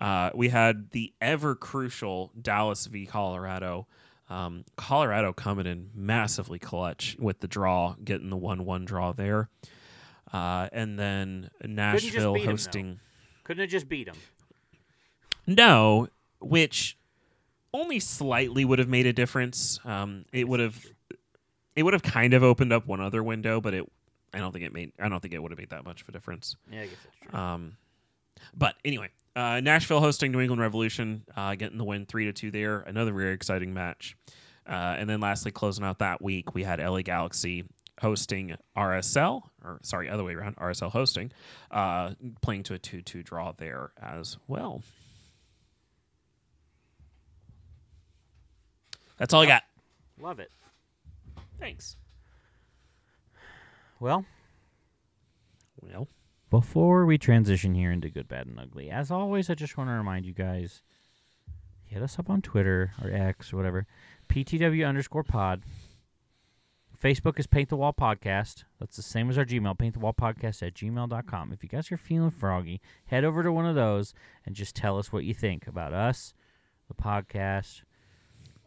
Speaker 2: uh, we had the ever crucial Dallas v Colorado. Um, Colorado coming in massively clutch with the draw, getting the one-one draw there, uh, and then
Speaker 1: just
Speaker 2: Nashville
Speaker 1: beat 'em, though.
Speaker 2: hosting.
Speaker 1: Couldn't have just beat him.
Speaker 2: No, which only slightly would have made a difference. Um, it would have, it would have kind of opened up one other window, but it, I don't think it made, I don't think it would have made that much of a difference.
Speaker 1: Yeah, I guess that's true.
Speaker 2: Um, but anyway, uh, Nashville hosting New England Revolution, uh, getting the win three to two there. Another very exciting match. Uh, and then lastly, closing out that week, we had LA Galaxy hosting RSL, or sorry, other way around, RSL hosting, uh, playing to a two-two draw there as well. That's all I got.
Speaker 1: Love it.
Speaker 2: Thanks.
Speaker 1: Well,
Speaker 2: Well,
Speaker 1: before we transition here into good, bad, and ugly, as always, I just want to remind you guys hit us up on Twitter or X or whatever, PTW underscore pod. Facebook is Paint the Wall Podcast. That's the same as our Gmail, Paint the Wall Podcast at gmail.com. If you guys are feeling froggy, head over to one of those and just tell us what you think about us, the podcast,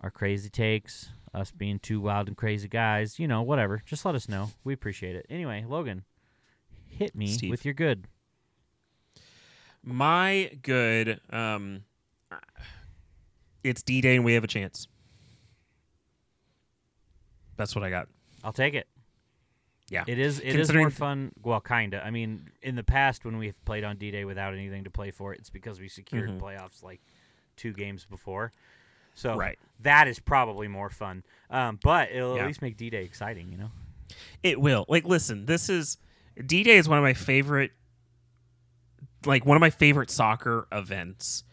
Speaker 1: our crazy takes, us being two wild and crazy guys, you know, whatever. Just let us know. We appreciate it. Anyway, Logan, hit me
Speaker 2: Steve.
Speaker 1: with your good.
Speaker 2: my good. Um, it's D Day and we have a chance. That's what I got.
Speaker 1: I'll take it.
Speaker 2: Yeah.
Speaker 1: It is it is
Speaker 2: Considering-
Speaker 1: more fun. Well, kinda. I mean, in the past when we've played on D Day without anything to play for, it's because we secured
Speaker 2: Mhm.
Speaker 1: playoffs like two games before. So
Speaker 2: Right.
Speaker 1: that is probably more fun. Um, but it'll
Speaker 2: Yeah.
Speaker 1: at least make D Day exciting, you know.
Speaker 2: It will. Like, listen, this is D Day is one of my favorite, like one of my favorite soccer events.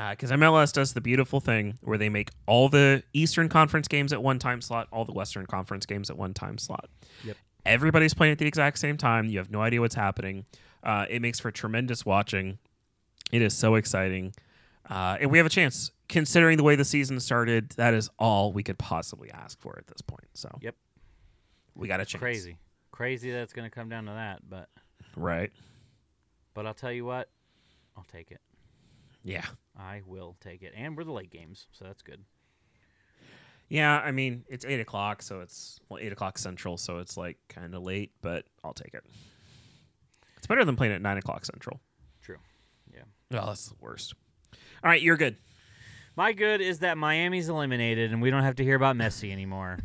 Speaker 2: uh, Because MLS does the beautiful thing where they make all the Eastern Conference games at one time slot, all the Western Conference games at one time slot.
Speaker 1: Yep.
Speaker 2: Everybody's playing at the exact same time. You have no idea what's happening. Uh, it makes for tremendous watching. It is so exciting. Uh, and we have a chance. Considering the way the season started, that is all we could possibly ask for at this point. So,
Speaker 1: Yep.
Speaker 2: We got a chance.
Speaker 1: Crazy. Crazy that it's gonna come down to that, but
Speaker 2: Right.
Speaker 1: but I'll tell you what, I'll take it.
Speaker 2: Yeah.
Speaker 1: I will take it. And we're the late games, so that's good.
Speaker 2: Yeah. I mean, it's eight o'clock, so it's well, eight o'clock central, so it's like kind of late, but I'll take it. It's better than playing at nine o'clock central.
Speaker 1: True. Yeah.
Speaker 2: Oh, that's the worst. All right, you're good.
Speaker 1: My good is that Miami's eliminated and we don't have to hear about Messi anymore.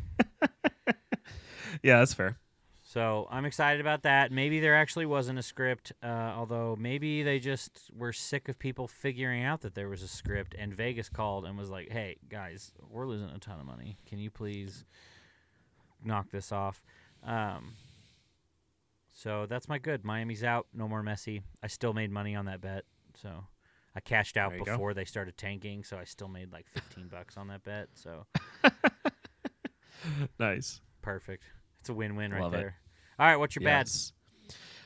Speaker 2: Yeah, that's fair.
Speaker 1: So I'm excited about that. Maybe there actually wasn't a script, uh, although maybe they just were sick of people figuring out that there was a script, and Vegas called and was like, "Hey guys, we're losing a ton of money. Can you please knock this off?" Um, so that's my good. Miami's out. No more Messi. I still made money on that bet, so I cashed out
Speaker 2: There you go.
Speaker 1: before they started tanking. So I still made like 15 bucks on that bet. So
Speaker 2: Nice.
Speaker 1: perfect. It's a win-win right
Speaker 2: Love it.
Speaker 1: there. All right, what's your bad?
Speaker 2: Yes.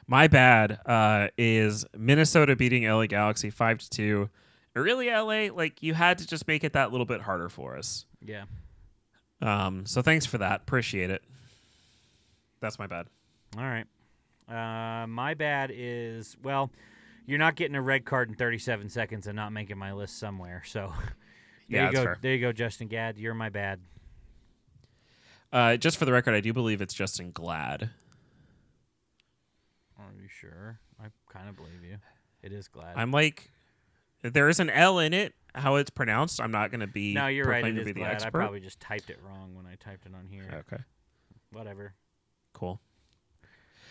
Speaker 2: My bad uh, is Minnesota beating LA Galaxy five to two. Really, LA, like you had to just make it that little bit harder for us.
Speaker 1: Yeah.
Speaker 2: Um, so thanks for that. Appreciate it. That's my bad.
Speaker 1: All right. Uh, my bad is well, you're not getting a red card in 37 seconds and not making my list somewhere. So there you
Speaker 2: yeah, that's
Speaker 1: go.
Speaker 2: fair.
Speaker 1: There you go, Justin Gadd. You're my bad.
Speaker 2: Uh, just for the record, I do believe it's Justin Glad.
Speaker 1: Are you sure? I kind of believe you. It is glad.
Speaker 2: I'm like, there is an L in it. How it's pronounced, I'm not going to be.
Speaker 1: no, you're right.
Speaker 2: proclaimed
Speaker 1: It
Speaker 2: to be
Speaker 1: is
Speaker 2: the
Speaker 1: glad. I
Speaker 2: expert.
Speaker 1: probably just typed it wrong when I typed it on here.
Speaker 2: Okay,
Speaker 1: Whatever.
Speaker 2: cool.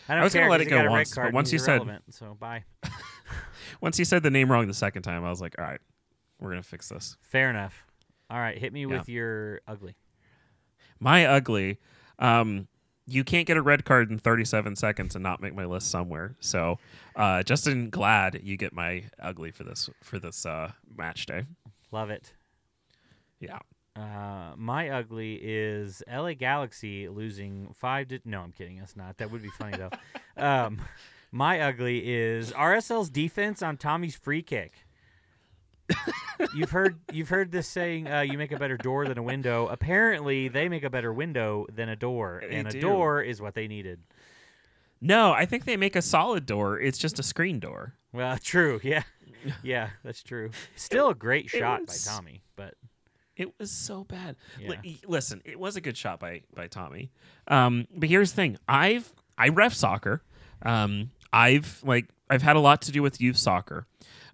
Speaker 1: I don't
Speaker 2: was gonna
Speaker 1: care
Speaker 2: let
Speaker 1: 'cause
Speaker 2: it
Speaker 1: he
Speaker 2: go
Speaker 1: got a red
Speaker 2: once, but
Speaker 1: card and
Speaker 2: once
Speaker 1: he's
Speaker 2: you said-
Speaker 1: irrelevant, so bye.
Speaker 2: Once you said the name wrong the second time, I was like, all right, we're going to fix this.
Speaker 1: Fair enough. All right, hit me
Speaker 2: Yeah.
Speaker 1: with your ugly.
Speaker 2: My ugly. Um, you can't get a red card in 37 seconds and not make my list somewhere. So, uh, Justin Glad, you get my ugly for this for this uh, match day.
Speaker 1: Love it.
Speaker 2: Yeah.
Speaker 1: Uh, my ugly is LA Galaxy losing five to. No, I'm kidding. That's not. That would be funny though. um, my ugly is RSL's defense on Tommy's free kick. you've heard you've heard this saying. Uh, you make a better door than a window. Apparently, they make a better window than a door,
Speaker 2: They
Speaker 1: and
Speaker 2: do.
Speaker 1: a door is what they needed.
Speaker 2: No, I think they make a solid door. It's just a screen door.
Speaker 1: Well, true. Yeah, yeah, that's true. Still a great
Speaker 2: it
Speaker 1: shot
Speaker 2: was-
Speaker 1: by Tommy, but
Speaker 2: It was so bad. Li-
Speaker 1: Yeah.
Speaker 2: y- listen, it was a good shot by by Tommy. Um, but here's the thing: I've I ref soccer. Um, I've like I've had a lot to do with youth soccer.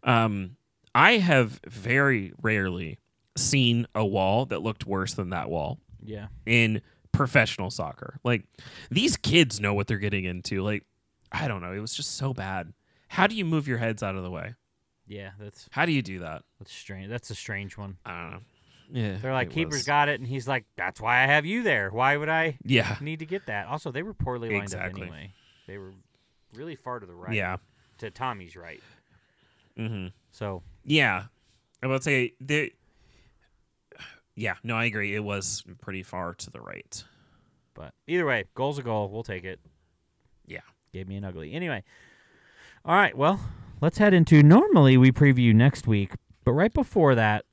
Speaker 2: Um, I have very rarely seen a wall that looked worse than that wall
Speaker 1: yeah,
Speaker 2: in professional soccer. Like these kids know what they're getting into. Like I don't know, it was just so bad. How do you move your heads out of the way?
Speaker 1: yeah. That's
Speaker 2: How do you do that?
Speaker 1: that's strange. That's a strange one.
Speaker 2: I don't know. Yeah,
Speaker 1: They're like,
Speaker 2: it
Speaker 1: keeper's
Speaker 2: was-
Speaker 1: got it, and he's like, that's why I have you there. Why would I
Speaker 2: Yeah,
Speaker 1: need to get that? Also, they were poorly lined
Speaker 2: Exactly.
Speaker 1: up anyway. They were really far to the right.
Speaker 2: yeah.
Speaker 1: To Tommy's right.
Speaker 2: Mm-hmm.
Speaker 1: So
Speaker 2: Yeah, I would say the. Yeah, no, I agree. It was pretty far to the right.
Speaker 1: But either way, goal's a goal. We'll take it.
Speaker 2: Yeah.
Speaker 1: Gave me an ugly. Anyway. All right. Well, let's head into. Normally, we preview next week, but right before that,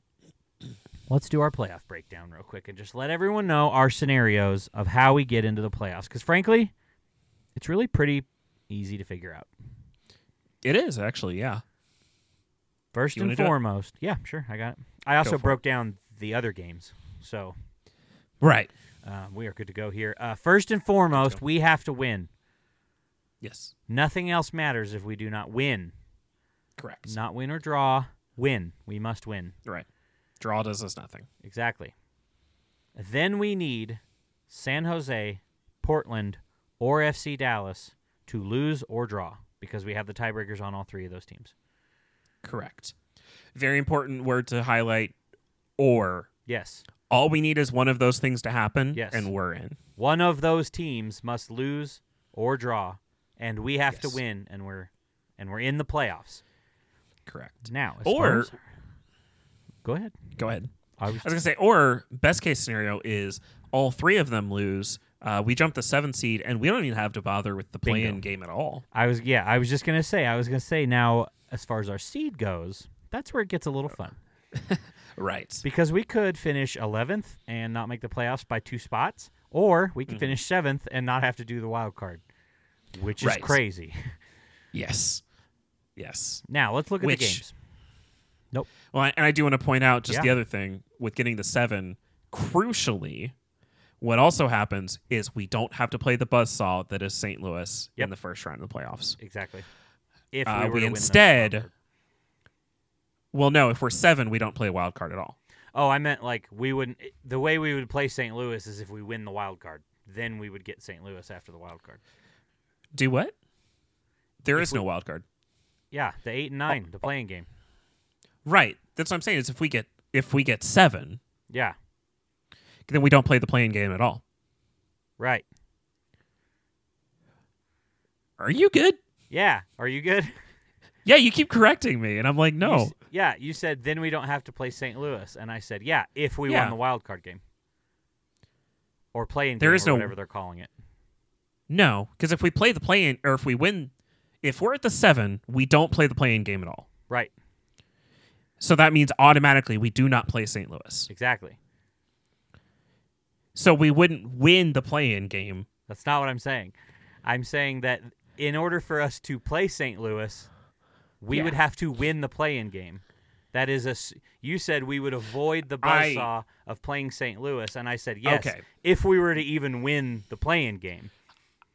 Speaker 1: let's do our playoff breakdown real quick and just let everyone know our scenarios of how we get into the playoffs. Because frankly, it's really pretty easy to figure out.
Speaker 2: It is actually, yeah.
Speaker 1: First
Speaker 2: You wanna
Speaker 1: and
Speaker 2: do it?
Speaker 1: foremost. Yeah, sure. I got it. I also
Speaker 2: for it.
Speaker 1: broke down the other games. So
Speaker 2: Right.
Speaker 1: uh, we are good to go here. Uh, first and foremost, we have to win.
Speaker 2: Yes.
Speaker 1: Nothing else matters if we do not win.
Speaker 2: Correct.
Speaker 1: Not win or draw. Win. We must win.
Speaker 2: Right. Draw does us nothing.
Speaker 1: Exactly. Then we need San Jose, Portland, or FC Dallas to lose or draw because we have the tiebreakers on all three of those teams.
Speaker 2: Correct. Very important word to highlight or
Speaker 1: Yes.
Speaker 2: all we need is one of those things to happen
Speaker 1: Yes.
Speaker 2: and we're in.
Speaker 1: One of those teams must lose or draw and we have to
Speaker 2: Yes.
Speaker 1: win and we're and we're in the playoffs.
Speaker 2: Correct.
Speaker 1: Now, as
Speaker 2: Or-
Speaker 1: far as- Go ahead.
Speaker 2: Go ahead.
Speaker 1: I was
Speaker 2: I was gonna say, or best case scenario is all three of them lose. Uh, we jump the seventh seed, and we don't even have to bother with the play-in
Speaker 1: Bingo.
Speaker 2: game at all.
Speaker 1: I was yeah, I was just gonna say, I was gonna say now as far as our seed goes, that's where it gets a little fun.
Speaker 2: Right.
Speaker 1: Because we could finish eleventh and not make the playoffs by two spots, or we could
Speaker 2: Mm-hmm.
Speaker 1: finish seventh and not have to do the wild card. Which is
Speaker 2: Right.
Speaker 1: crazy.
Speaker 2: Yes. Yes.
Speaker 1: Now let's look at
Speaker 2: Which-
Speaker 1: the games.
Speaker 2: Well, I- and I do want to point out just
Speaker 1: Yeah.
Speaker 2: the other thing with getting the seven. Crucially, what also happens is we don't have to play the buzzsaw that is St. Louis
Speaker 1: Yep.
Speaker 2: in the first round of the playoffs.
Speaker 1: Exactly. If
Speaker 2: Uh,
Speaker 1: we, were
Speaker 2: we
Speaker 1: to win the
Speaker 2: instead-
Speaker 1: wild card.
Speaker 2: Well, no, if we're seven, we don't play wild card at all.
Speaker 1: Oh, I meant like we wouldn't. eh, The way we would play St. Louis is if we win the wild card, then we would get St. Louis after the wild card.
Speaker 2: Do what? There
Speaker 1: If
Speaker 2: is no wild card.
Speaker 1: Yeah, the eight
Speaker 2: Oh.
Speaker 1: and nine, the playing game.
Speaker 2: Right. That's what I'm saying. Is if we get if we get seven,
Speaker 1: Yeah,
Speaker 2: then we don't play the playing game at all.
Speaker 1: right.
Speaker 2: Are you good?
Speaker 1: Yeah, are you good?
Speaker 2: Yeah, you keep correcting me, and I'm like,
Speaker 1: You
Speaker 2: no.
Speaker 1: s- yeah, you said then we don't have to play St. Louis, and I said yeah, if we
Speaker 2: Yeah.
Speaker 1: won the wild card game or playing
Speaker 2: There
Speaker 1: game
Speaker 2: is
Speaker 1: or
Speaker 2: no-
Speaker 1: whatever they're calling it.
Speaker 2: No, because if we play the play in, or if we win, if we're at the seven, we don't play the play in game at all.
Speaker 1: Right.
Speaker 2: So that means automatically we do not play St. Louis.
Speaker 1: Exactly.
Speaker 2: So we wouldn't win the play in game.
Speaker 1: That's not what I'm saying. I'm saying that in order for us to play St. Louis, we
Speaker 2: Yeah.
Speaker 1: would have to win the play-in game. That is a s- you said we would avoid the
Speaker 2: I-
Speaker 1: buzzsaw of playing St. Louis and I said yes
Speaker 2: Okay.
Speaker 1: if we were to even win the play-in game.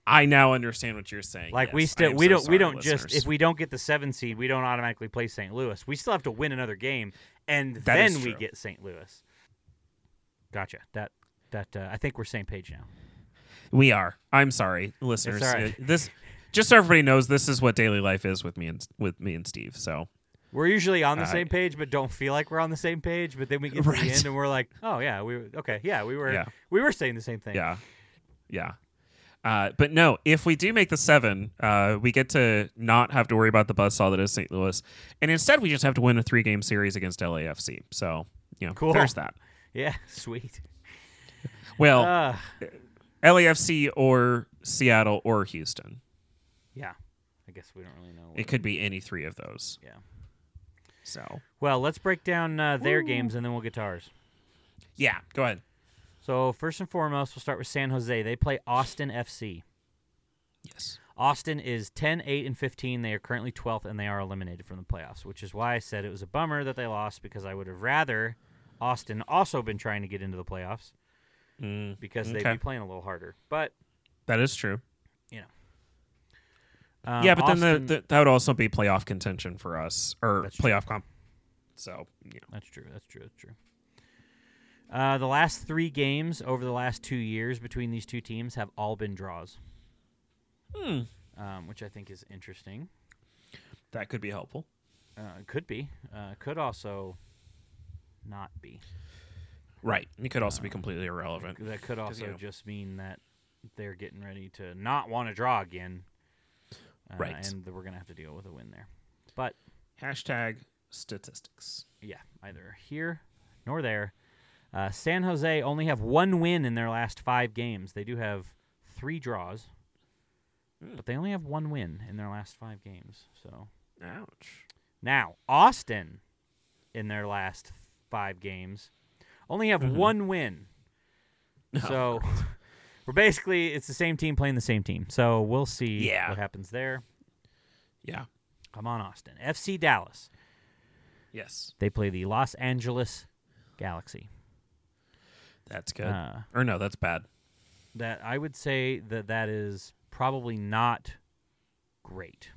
Speaker 2: I now understand what you're saying.
Speaker 1: Like we
Speaker 2: Yes, I
Speaker 1: still
Speaker 2: am
Speaker 1: we
Speaker 2: so
Speaker 1: don't we
Speaker 2: sorry,
Speaker 1: don't just
Speaker 2: listeners.
Speaker 1: if we don't get the 7 seed, we don't automatically play St. Louis. We still have to win another game and
Speaker 2: That is
Speaker 1: then we
Speaker 2: true.
Speaker 1: get St. Louis. Gotcha. That that uh, I think we're same page now.
Speaker 2: we are. I'm sorry, listeners.
Speaker 1: all right.
Speaker 2: Uh, This just so everybody knows, this is what daily life is with me and with me and Steve. So
Speaker 1: We're usually on the
Speaker 2: Uh,
Speaker 1: same page, but don't feel like we're on the same page. But then we get to the
Speaker 2: Right.
Speaker 1: end and we're like, oh yeah, we were okay, yeah, we were
Speaker 2: Yeah.
Speaker 1: we were saying the same thing.
Speaker 2: Yeah. Yeah. Uh, but no, if we do make the seven, uh, we get to not have to worry about the buzzsaw that is St. Louis. And instead, we just have to win a three game series against LAFC. So, you know,
Speaker 1: Cool.
Speaker 2: there's that.
Speaker 1: Yeah, sweet.
Speaker 2: Well,
Speaker 1: Uh,
Speaker 2: LAFC or Seattle or Houston.
Speaker 1: yeah, I guess we don't really know. What,
Speaker 2: It could be any three of those.
Speaker 1: yeah.
Speaker 2: So,
Speaker 1: Well, let's break down uh, their games and then we'll get to ours.
Speaker 2: yeah, go ahead.
Speaker 1: So first and foremost, we'll start with San Jose. They play Austin FC.
Speaker 2: Yes.
Speaker 1: Austin is 10, 8, and 15. They are currently 12th, and they are eliminated from the playoffs, which is why I said it was a bummer that they lost because I would have rather Austin also been trying to get into the playoffs because they'd
Speaker 2: Mm, okay.
Speaker 1: be playing a little harder. But,
Speaker 2: That is true.
Speaker 1: you know. Um,
Speaker 2: yeah, but then
Speaker 1: Austin-
Speaker 2: the, the, that would also be playoff contention for us or
Speaker 1: That's true.
Speaker 2: playoff comp. So, you know,
Speaker 1: That's true. That's true. That's true. Uh, the last three games over the last two years between these two teams have all been draws,
Speaker 2: Hmm.
Speaker 1: um, which I think is interesting.
Speaker 2: that could be helpful.
Speaker 1: Uh, it could be. Uh, it could also not be.
Speaker 2: Right. It could
Speaker 1: Uh,
Speaker 2: also be completely irrelevant.
Speaker 1: That could also
Speaker 2: you know.
Speaker 1: just mean that they're getting ready to not want to draw again. Uh,
Speaker 2: Right.
Speaker 1: And that we're going to have to deal with a win there. But
Speaker 2: Hashtag statistics.
Speaker 1: yeah, either here nor there. Uh, San Jose only have one win in their last five games. They do have three draws,
Speaker 2: Hmm.
Speaker 1: but they only have one win in their last five games. So
Speaker 2: Ouch.
Speaker 1: now Austin, in their last five games, only have
Speaker 2: Mm-hmm.
Speaker 1: one win.
Speaker 2: Oh,
Speaker 1: So we're basically it's the same team playing the same team. So we'll see
Speaker 2: Yeah.
Speaker 1: what happens there.
Speaker 2: Yeah.
Speaker 1: Come on, Austin. FC Dallas.
Speaker 2: Yes.
Speaker 1: They play the Los Angeles Galaxy.
Speaker 2: That's good.
Speaker 1: Uh,
Speaker 2: or no, that's bad.
Speaker 1: that I would say that that is probably not great.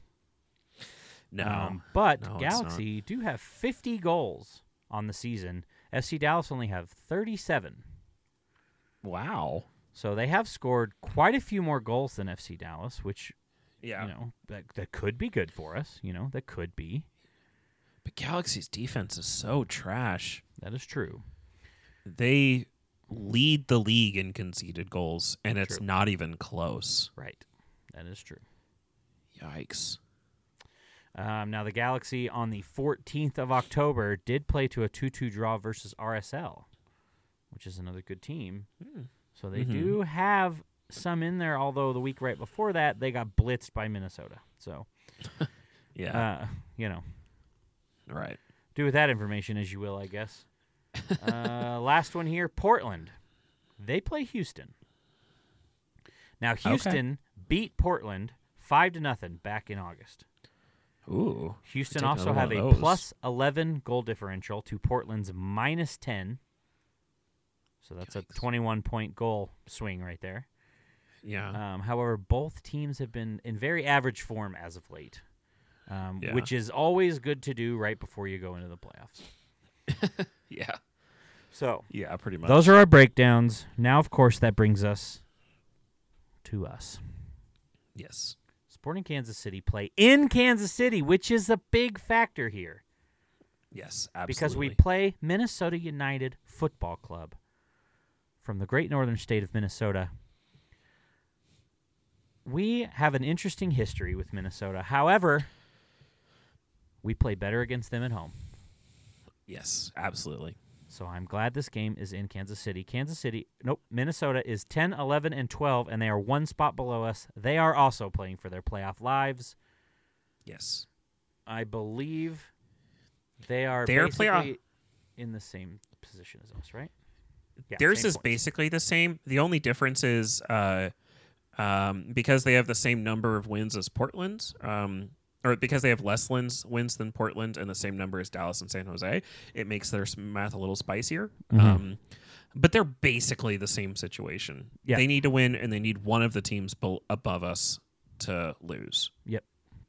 Speaker 2: No.
Speaker 1: Um, but
Speaker 2: no, it's not.
Speaker 1: Galaxy do have 50 goals on the season. FC Dallas only have 37.
Speaker 2: wow.
Speaker 1: So they have scored quite a few more goals than FC Dallas, which
Speaker 2: Yeah.
Speaker 1: you know that that could be good for us. You know that could be
Speaker 2: But Galaxy's defense is so trash.
Speaker 1: that is true.
Speaker 2: They lead the league in conceded goals, and it's
Speaker 1: True.
Speaker 2: not even close.
Speaker 1: Right, that is true.
Speaker 2: Yikes.
Speaker 1: Um, now the Galaxy on the 14th of October did play to a 2-2 draw versus RSL, which is another good team.
Speaker 2: Hmm.
Speaker 1: So they do have some in there. Although the week right before that they got blitzed by Minnesota. So
Speaker 2: Yeah.
Speaker 1: uh, you know,
Speaker 2: right.
Speaker 1: do with that information as you will, I guess. uh, last one here, Portland. They play Houston. Now Houston beat Portland five to nothing back in August.
Speaker 2: Ooh.
Speaker 1: Houston
Speaker 2: Take
Speaker 1: also
Speaker 2: another
Speaker 1: have
Speaker 2: one of
Speaker 1: a
Speaker 2: those.
Speaker 1: plus 11 goal differential to Portland's minus 10. So that's
Speaker 2: Yikes.
Speaker 1: a 21 point goal swing right there.
Speaker 2: Yeah.
Speaker 1: Um, however, both teams have been in very average form as of late, um,
Speaker 2: Yeah.
Speaker 1: which is always good to do right before you go into the playoffs.
Speaker 2: yeah.
Speaker 1: So
Speaker 2: Yeah. Pretty much.
Speaker 1: those are our breakdowns. Now, of course, that brings us to us.
Speaker 2: yes.
Speaker 1: Sporting Kansas City play in Kansas City, which is a big factor here.
Speaker 2: Yes. Absolutely.
Speaker 1: because we play Minnesota United Football Club from the great northern state of Minnesota. We have an interesting history with Minnesota. However, we play better against them at home.
Speaker 2: Yes. Absolutely.
Speaker 1: So I'm glad this game is in Kansas City. Kansas City, nope, Minnesota is 10, 11, and 12, and they are one spot below us. They are also playing for their playoff lives.
Speaker 2: Yes.
Speaker 1: I believe they are
Speaker 2: Their
Speaker 1: basically
Speaker 2: playoff-
Speaker 1: in the same position as us, right? Yeah,
Speaker 2: Theirs
Speaker 1: same
Speaker 2: is
Speaker 1: points.
Speaker 2: basically the same. The only difference is uh, um, because they have the same number of wins as Portland, um, or because they have less wins, wins than Portland and the same number as Dallas and San Jose, it makes their s- math a little spicier.
Speaker 1: Mm-hmm.
Speaker 2: Um, but they're basically the same situation.
Speaker 1: Yeah.
Speaker 2: They need to win, and they need one of the teams bel above us to lose.
Speaker 1: Yep.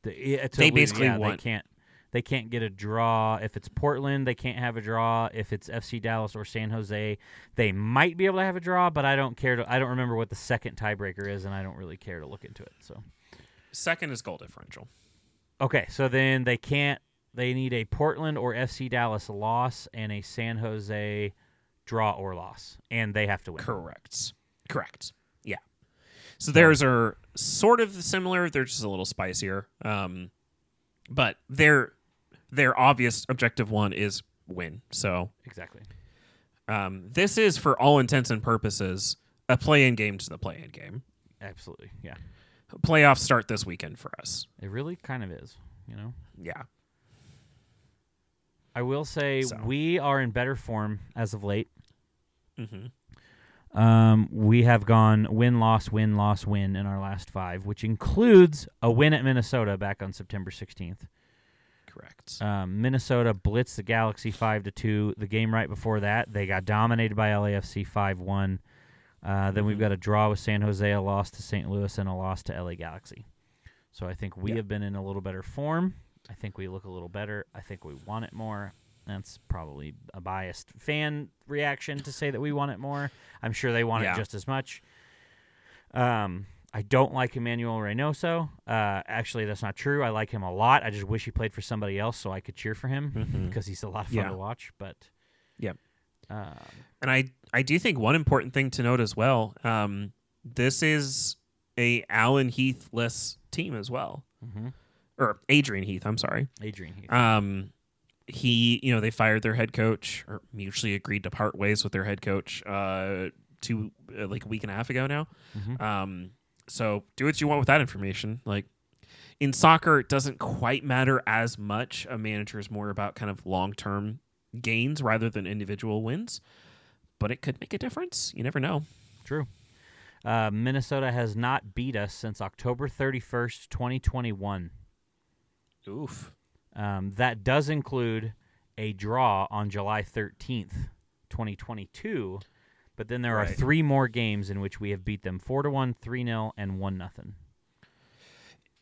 Speaker 1: The, yeah, to
Speaker 2: They
Speaker 1: lose,
Speaker 2: basically
Speaker 1: yeah,
Speaker 2: want-
Speaker 1: They can't. They can't get a draw if it's Portland. They can't have a draw if it's FC Dallas or San Jose. They might be able to have a draw, but I don't care. To, I don't remember what the second tiebreaker is, and I don't really care to look into it. So
Speaker 2: Second is goal differential.
Speaker 1: okay, so then they can't. They need a Portland or FC Dallas loss and a San Jose draw or loss, and they have to win.
Speaker 2: Correct. Correct. Yeah. So theirs are sort of similar. They're just a little spicier. Um, but their their obvious objective one is win. So
Speaker 1: Exactly.
Speaker 2: um, this is for all intents and purposes a play in game to the play in game.
Speaker 1: Absolutely. Yeah.
Speaker 2: Playoffs start this weekend for us.
Speaker 1: It really kind of is. You know.
Speaker 2: Yeah.
Speaker 1: I will say
Speaker 2: So.
Speaker 1: we are in better form as of late.
Speaker 2: Mm-hmm.
Speaker 1: Um, we have gone win, loss, win, loss, win in our last five, which includes a win at Minnesota back on September 16th.
Speaker 2: Correct.
Speaker 1: Um, Minnesota blitzed the Galaxy 5 to 2. The game right before that, they got dominated by LAFC 5 1. Uh, then
Speaker 2: Mm-hmm.
Speaker 1: we've got a draw with San Jose, a loss to St. Louis, and a loss to LA Galaxy. So I think we
Speaker 2: Yeah.
Speaker 1: have been in a little better form. I think we look a little better. I think we want it more. That's probably a biased fan reaction to say that we want it more. I'm sure they want
Speaker 2: Yeah.
Speaker 1: it just as much. Um, I don't like Emmanuel Reynoso. Uh, actually, that's not true. I like him a lot. I just wish he played for somebody else so I could cheer for him
Speaker 2: Mhm.
Speaker 1: because he's a lot of fun
Speaker 2: Yeah.
Speaker 1: to watch. But
Speaker 2: Yep.
Speaker 1: um,
Speaker 2: And I I do think one important thing to note as well. Um, this is a Alan Heath less team as well,
Speaker 1: mhm.
Speaker 2: or Adrian Heath. I'm sorry.
Speaker 1: Adrian Heath.
Speaker 2: Um, he, you know, they fired their head coach or mutually agreed to part ways with their head coach uh, two uh, like a week and a half ago now.
Speaker 1: Mhm.
Speaker 2: Um, so do what you want with that information. Like in soccer, it doesn't quite matter as much. A manager is more about kind of long term gains rather than individual wins, but it could make a difference. You never know.
Speaker 1: True. Uh, Minnesota has not beat us since October 31st, 2021.
Speaker 2: Oof.
Speaker 1: Um, that does include a draw on July 13th, 2022. But then there are
Speaker 2: Right.
Speaker 1: three more games in which we have beat them 4 to 1, 3 0, and 1 nothing.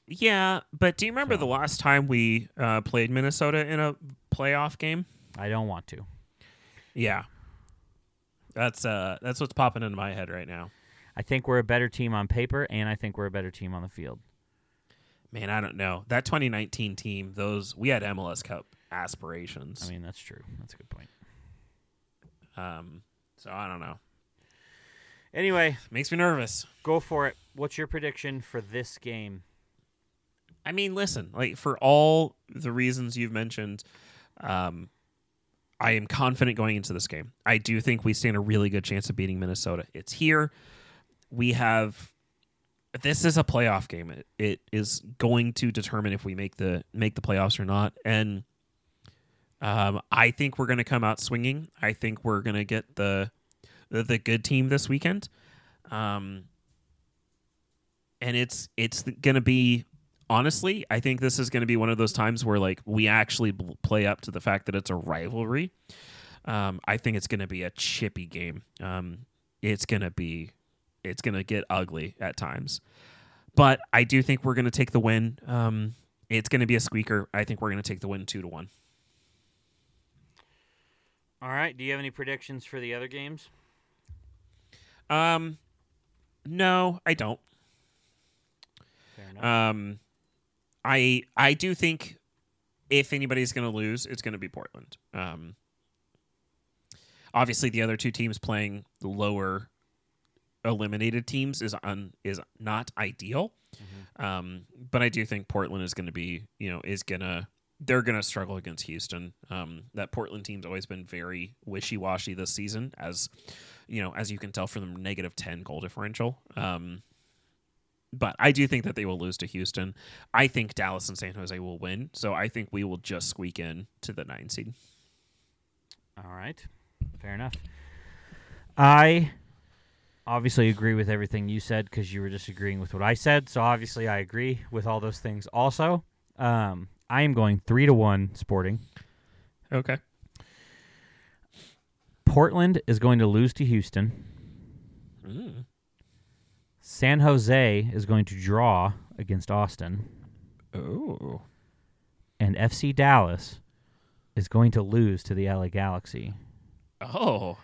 Speaker 2: Yeah, but do you remember
Speaker 1: So-
Speaker 2: the last time we uh, played Minnesota in a playoff game?
Speaker 1: I don't want to.
Speaker 2: Yeah. That's uh that's what's popping into my head right now.
Speaker 1: I think we're a better team on paper, and I think we're a better team on the field.
Speaker 2: Man, I don't know. That 2019 team, those we had MLS Cup aspirations.
Speaker 1: I mean, that's true. That's a good point.
Speaker 2: um so I don't know.
Speaker 1: Anyway,
Speaker 2: Makes me nervous.
Speaker 1: go for it. What's your prediction for this game?
Speaker 2: I mean, listen, like for all the reasons you've mentioned, um I am confident going into this game. I do think we stand a really good chance of beating Minnesota. It's here. We have this is a playoff game. It, it is going to determine if we make the make the playoffs or not. And um, I think we're going to come out swinging. I think we're going to get the, the the good team this weekend. Um, and it's it's going to be honestly, I think this is going to be one of those times where like we actually bl- play up to the fact that it's a rivalry. Um, I think it's going to be a chippy game. Um, it's going to be it's going to get ugly at times. But I do think we're going to take the win. Um, it's going to be a squeaker. I think we're going to take the win 2 to 1.
Speaker 1: All right. Do you have any predictions for the other games?
Speaker 2: Um no, I don't.
Speaker 1: Fair enough.
Speaker 2: Um, I I do think if anybody's going to lose, it's going to be Portland. Um, obviously, the other two teams playing the lower eliminated teams is un, is not ideal. Um, but I do think Portland is going to be you know is going to they're going to struggle against Houston. Um, that Portland team's always been very wishy washy this season, as you know as you can tell from the negative ten goal differential. Um, but I do think that they will lose to Houston. I think Dallas and San Jose will win, so I think we will just squeak in to the nine seed.
Speaker 1: All right. Fair enough. I obviously agree with everything you said because you were disagreeing with what I said. So obviously, I agree with all those things also. Um, I am going three to one sporting.
Speaker 2: Okay.
Speaker 1: Portland is going to lose to Houston.
Speaker 2: Mm.
Speaker 1: San Jose is going to draw against Austin.
Speaker 2: Oh.
Speaker 1: And FC Dallas is going to lose to the LA Galaxy.
Speaker 2: Oh.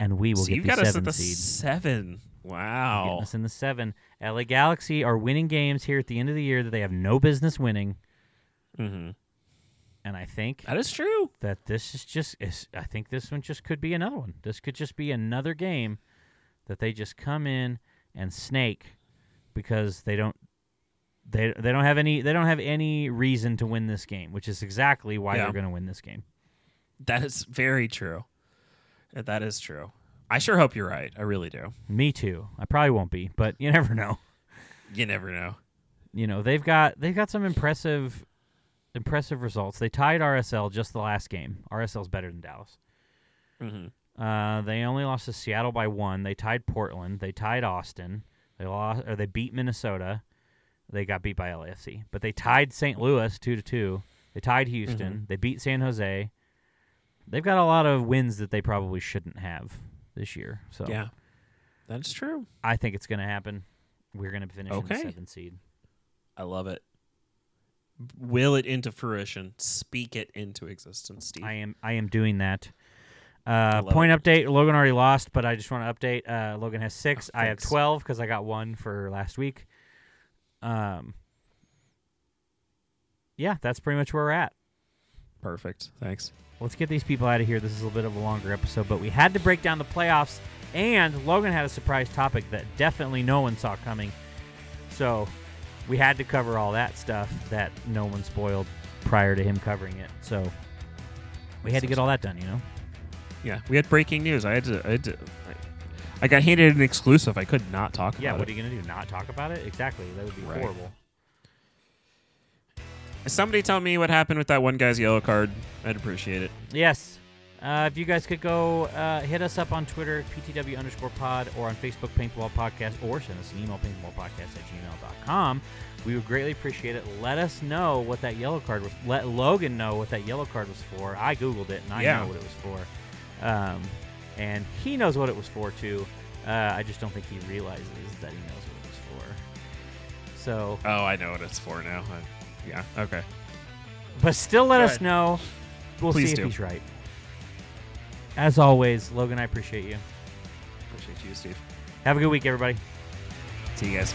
Speaker 1: And we will
Speaker 2: so
Speaker 1: get
Speaker 2: you've
Speaker 1: the
Speaker 2: got us
Speaker 1: seven
Speaker 2: at the Oh.
Speaker 1: seed.
Speaker 2: seven.
Speaker 1: getting
Speaker 2: Wow.
Speaker 1: us in the seven. LA Galaxy are winning games here at the end of the year that they have no business winning,
Speaker 2: Mm-hmm.
Speaker 1: and I think
Speaker 2: That is true.
Speaker 1: that this is just. Is, I think this one just could be another one. This could just be another game that they just come in and snake because they don't. They, they don't have any they don't have any reason to win this game, which is exactly why
Speaker 2: Yeah.
Speaker 1: they're going to win this game.
Speaker 2: That is very true. Uh, That is true. I sure hope you're right. I really do.
Speaker 1: Me too. I probably won't be, but you never know.
Speaker 2: You never know.
Speaker 1: you know they've got they've got some impressive impressive results. They tied RSL just the last game. RSL's better than Dallas.
Speaker 2: Mm-hmm.
Speaker 1: Uh, they only lost to Seattle by one. They tied Portland. They tied Austin. They lost or they beat Minnesota. They got beat by LAFC, but they tied St. Louis two to two. They tied Houston.
Speaker 2: Mm-hmm.
Speaker 1: They beat San Jose. They've got a lot of wins that they probably shouldn't have this year. So
Speaker 2: Yeah. That's true.
Speaker 1: I think it's going to happen. We're going to finish in
Speaker 2: Okay.
Speaker 1: the seventh seed.
Speaker 2: I love it. Will it into fruition? Speak it into existence, Steve.
Speaker 1: I am I am doing that. Uh,
Speaker 2: love
Speaker 1: point update: Logan already lost, but I just want to update. Uh, Logan has six.
Speaker 2: Oh,
Speaker 1: I have
Speaker 2: thanks.
Speaker 1: twelve because I got one for last week. Um, yeah, that's pretty much where we're at.
Speaker 2: Perfect. Thanks.
Speaker 1: Let's get these people out of here. This is a little bit of a longer episode, but we had to break down the playoffs, and Logan had a surprise topic that definitely no one saw coming. So we had to cover all that stuff that no one spoiled. prior to him covering it. So we had to get all that done, you know.
Speaker 2: Yeah, we had breaking news. I had to. I, had to, I got handed an exclusive. I could not talk
Speaker 1: Yeah,
Speaker 2: about
Speaker 1: what
Speaker 2: it.
Speaker 1: are you gonna do? Not talk about it? Exactly. That would be
Speaker 2: Right.
Speaker 1: horrible.
Speaker 2: Somebody tell me what happened with that one guy's yellow card. I'd appreciate it.
Speaker 1: Yes. Uh, if you guys could go uh, hit us up on Twitter, PTW underscore pod, or on Facebook, Paintball Podcast, or send us an email, paintballpodcast at gmail.com. We would greatly appreciate it. Let us know what that yellow card was. Let Logan know what that yellow card was for. I Googled it, and I
Speaker 2: Yeah.
Speaker 1: know what it was for. Um, and he knows what it was for, too. Uh, I just don't think he realizes that he knows what it was for. So,
Speaker 2: Oh, I know what it's for now. I, yeah. Okay.
Speaker 1: But still, let
Speaker 2: Go
Speaker 1: us
Speaker 2: ahead.
Speaker 1: know. We'll
Speaker 2: Please
Speaker 1: see
Speaker 2: do.
Speaker 1: if he's right. As always, Logan, I appreciate you.
Speaker 2: Appreciate you, Steve.
Speaker 1: Have a good week, everybody.
Speaker 2: See you guys.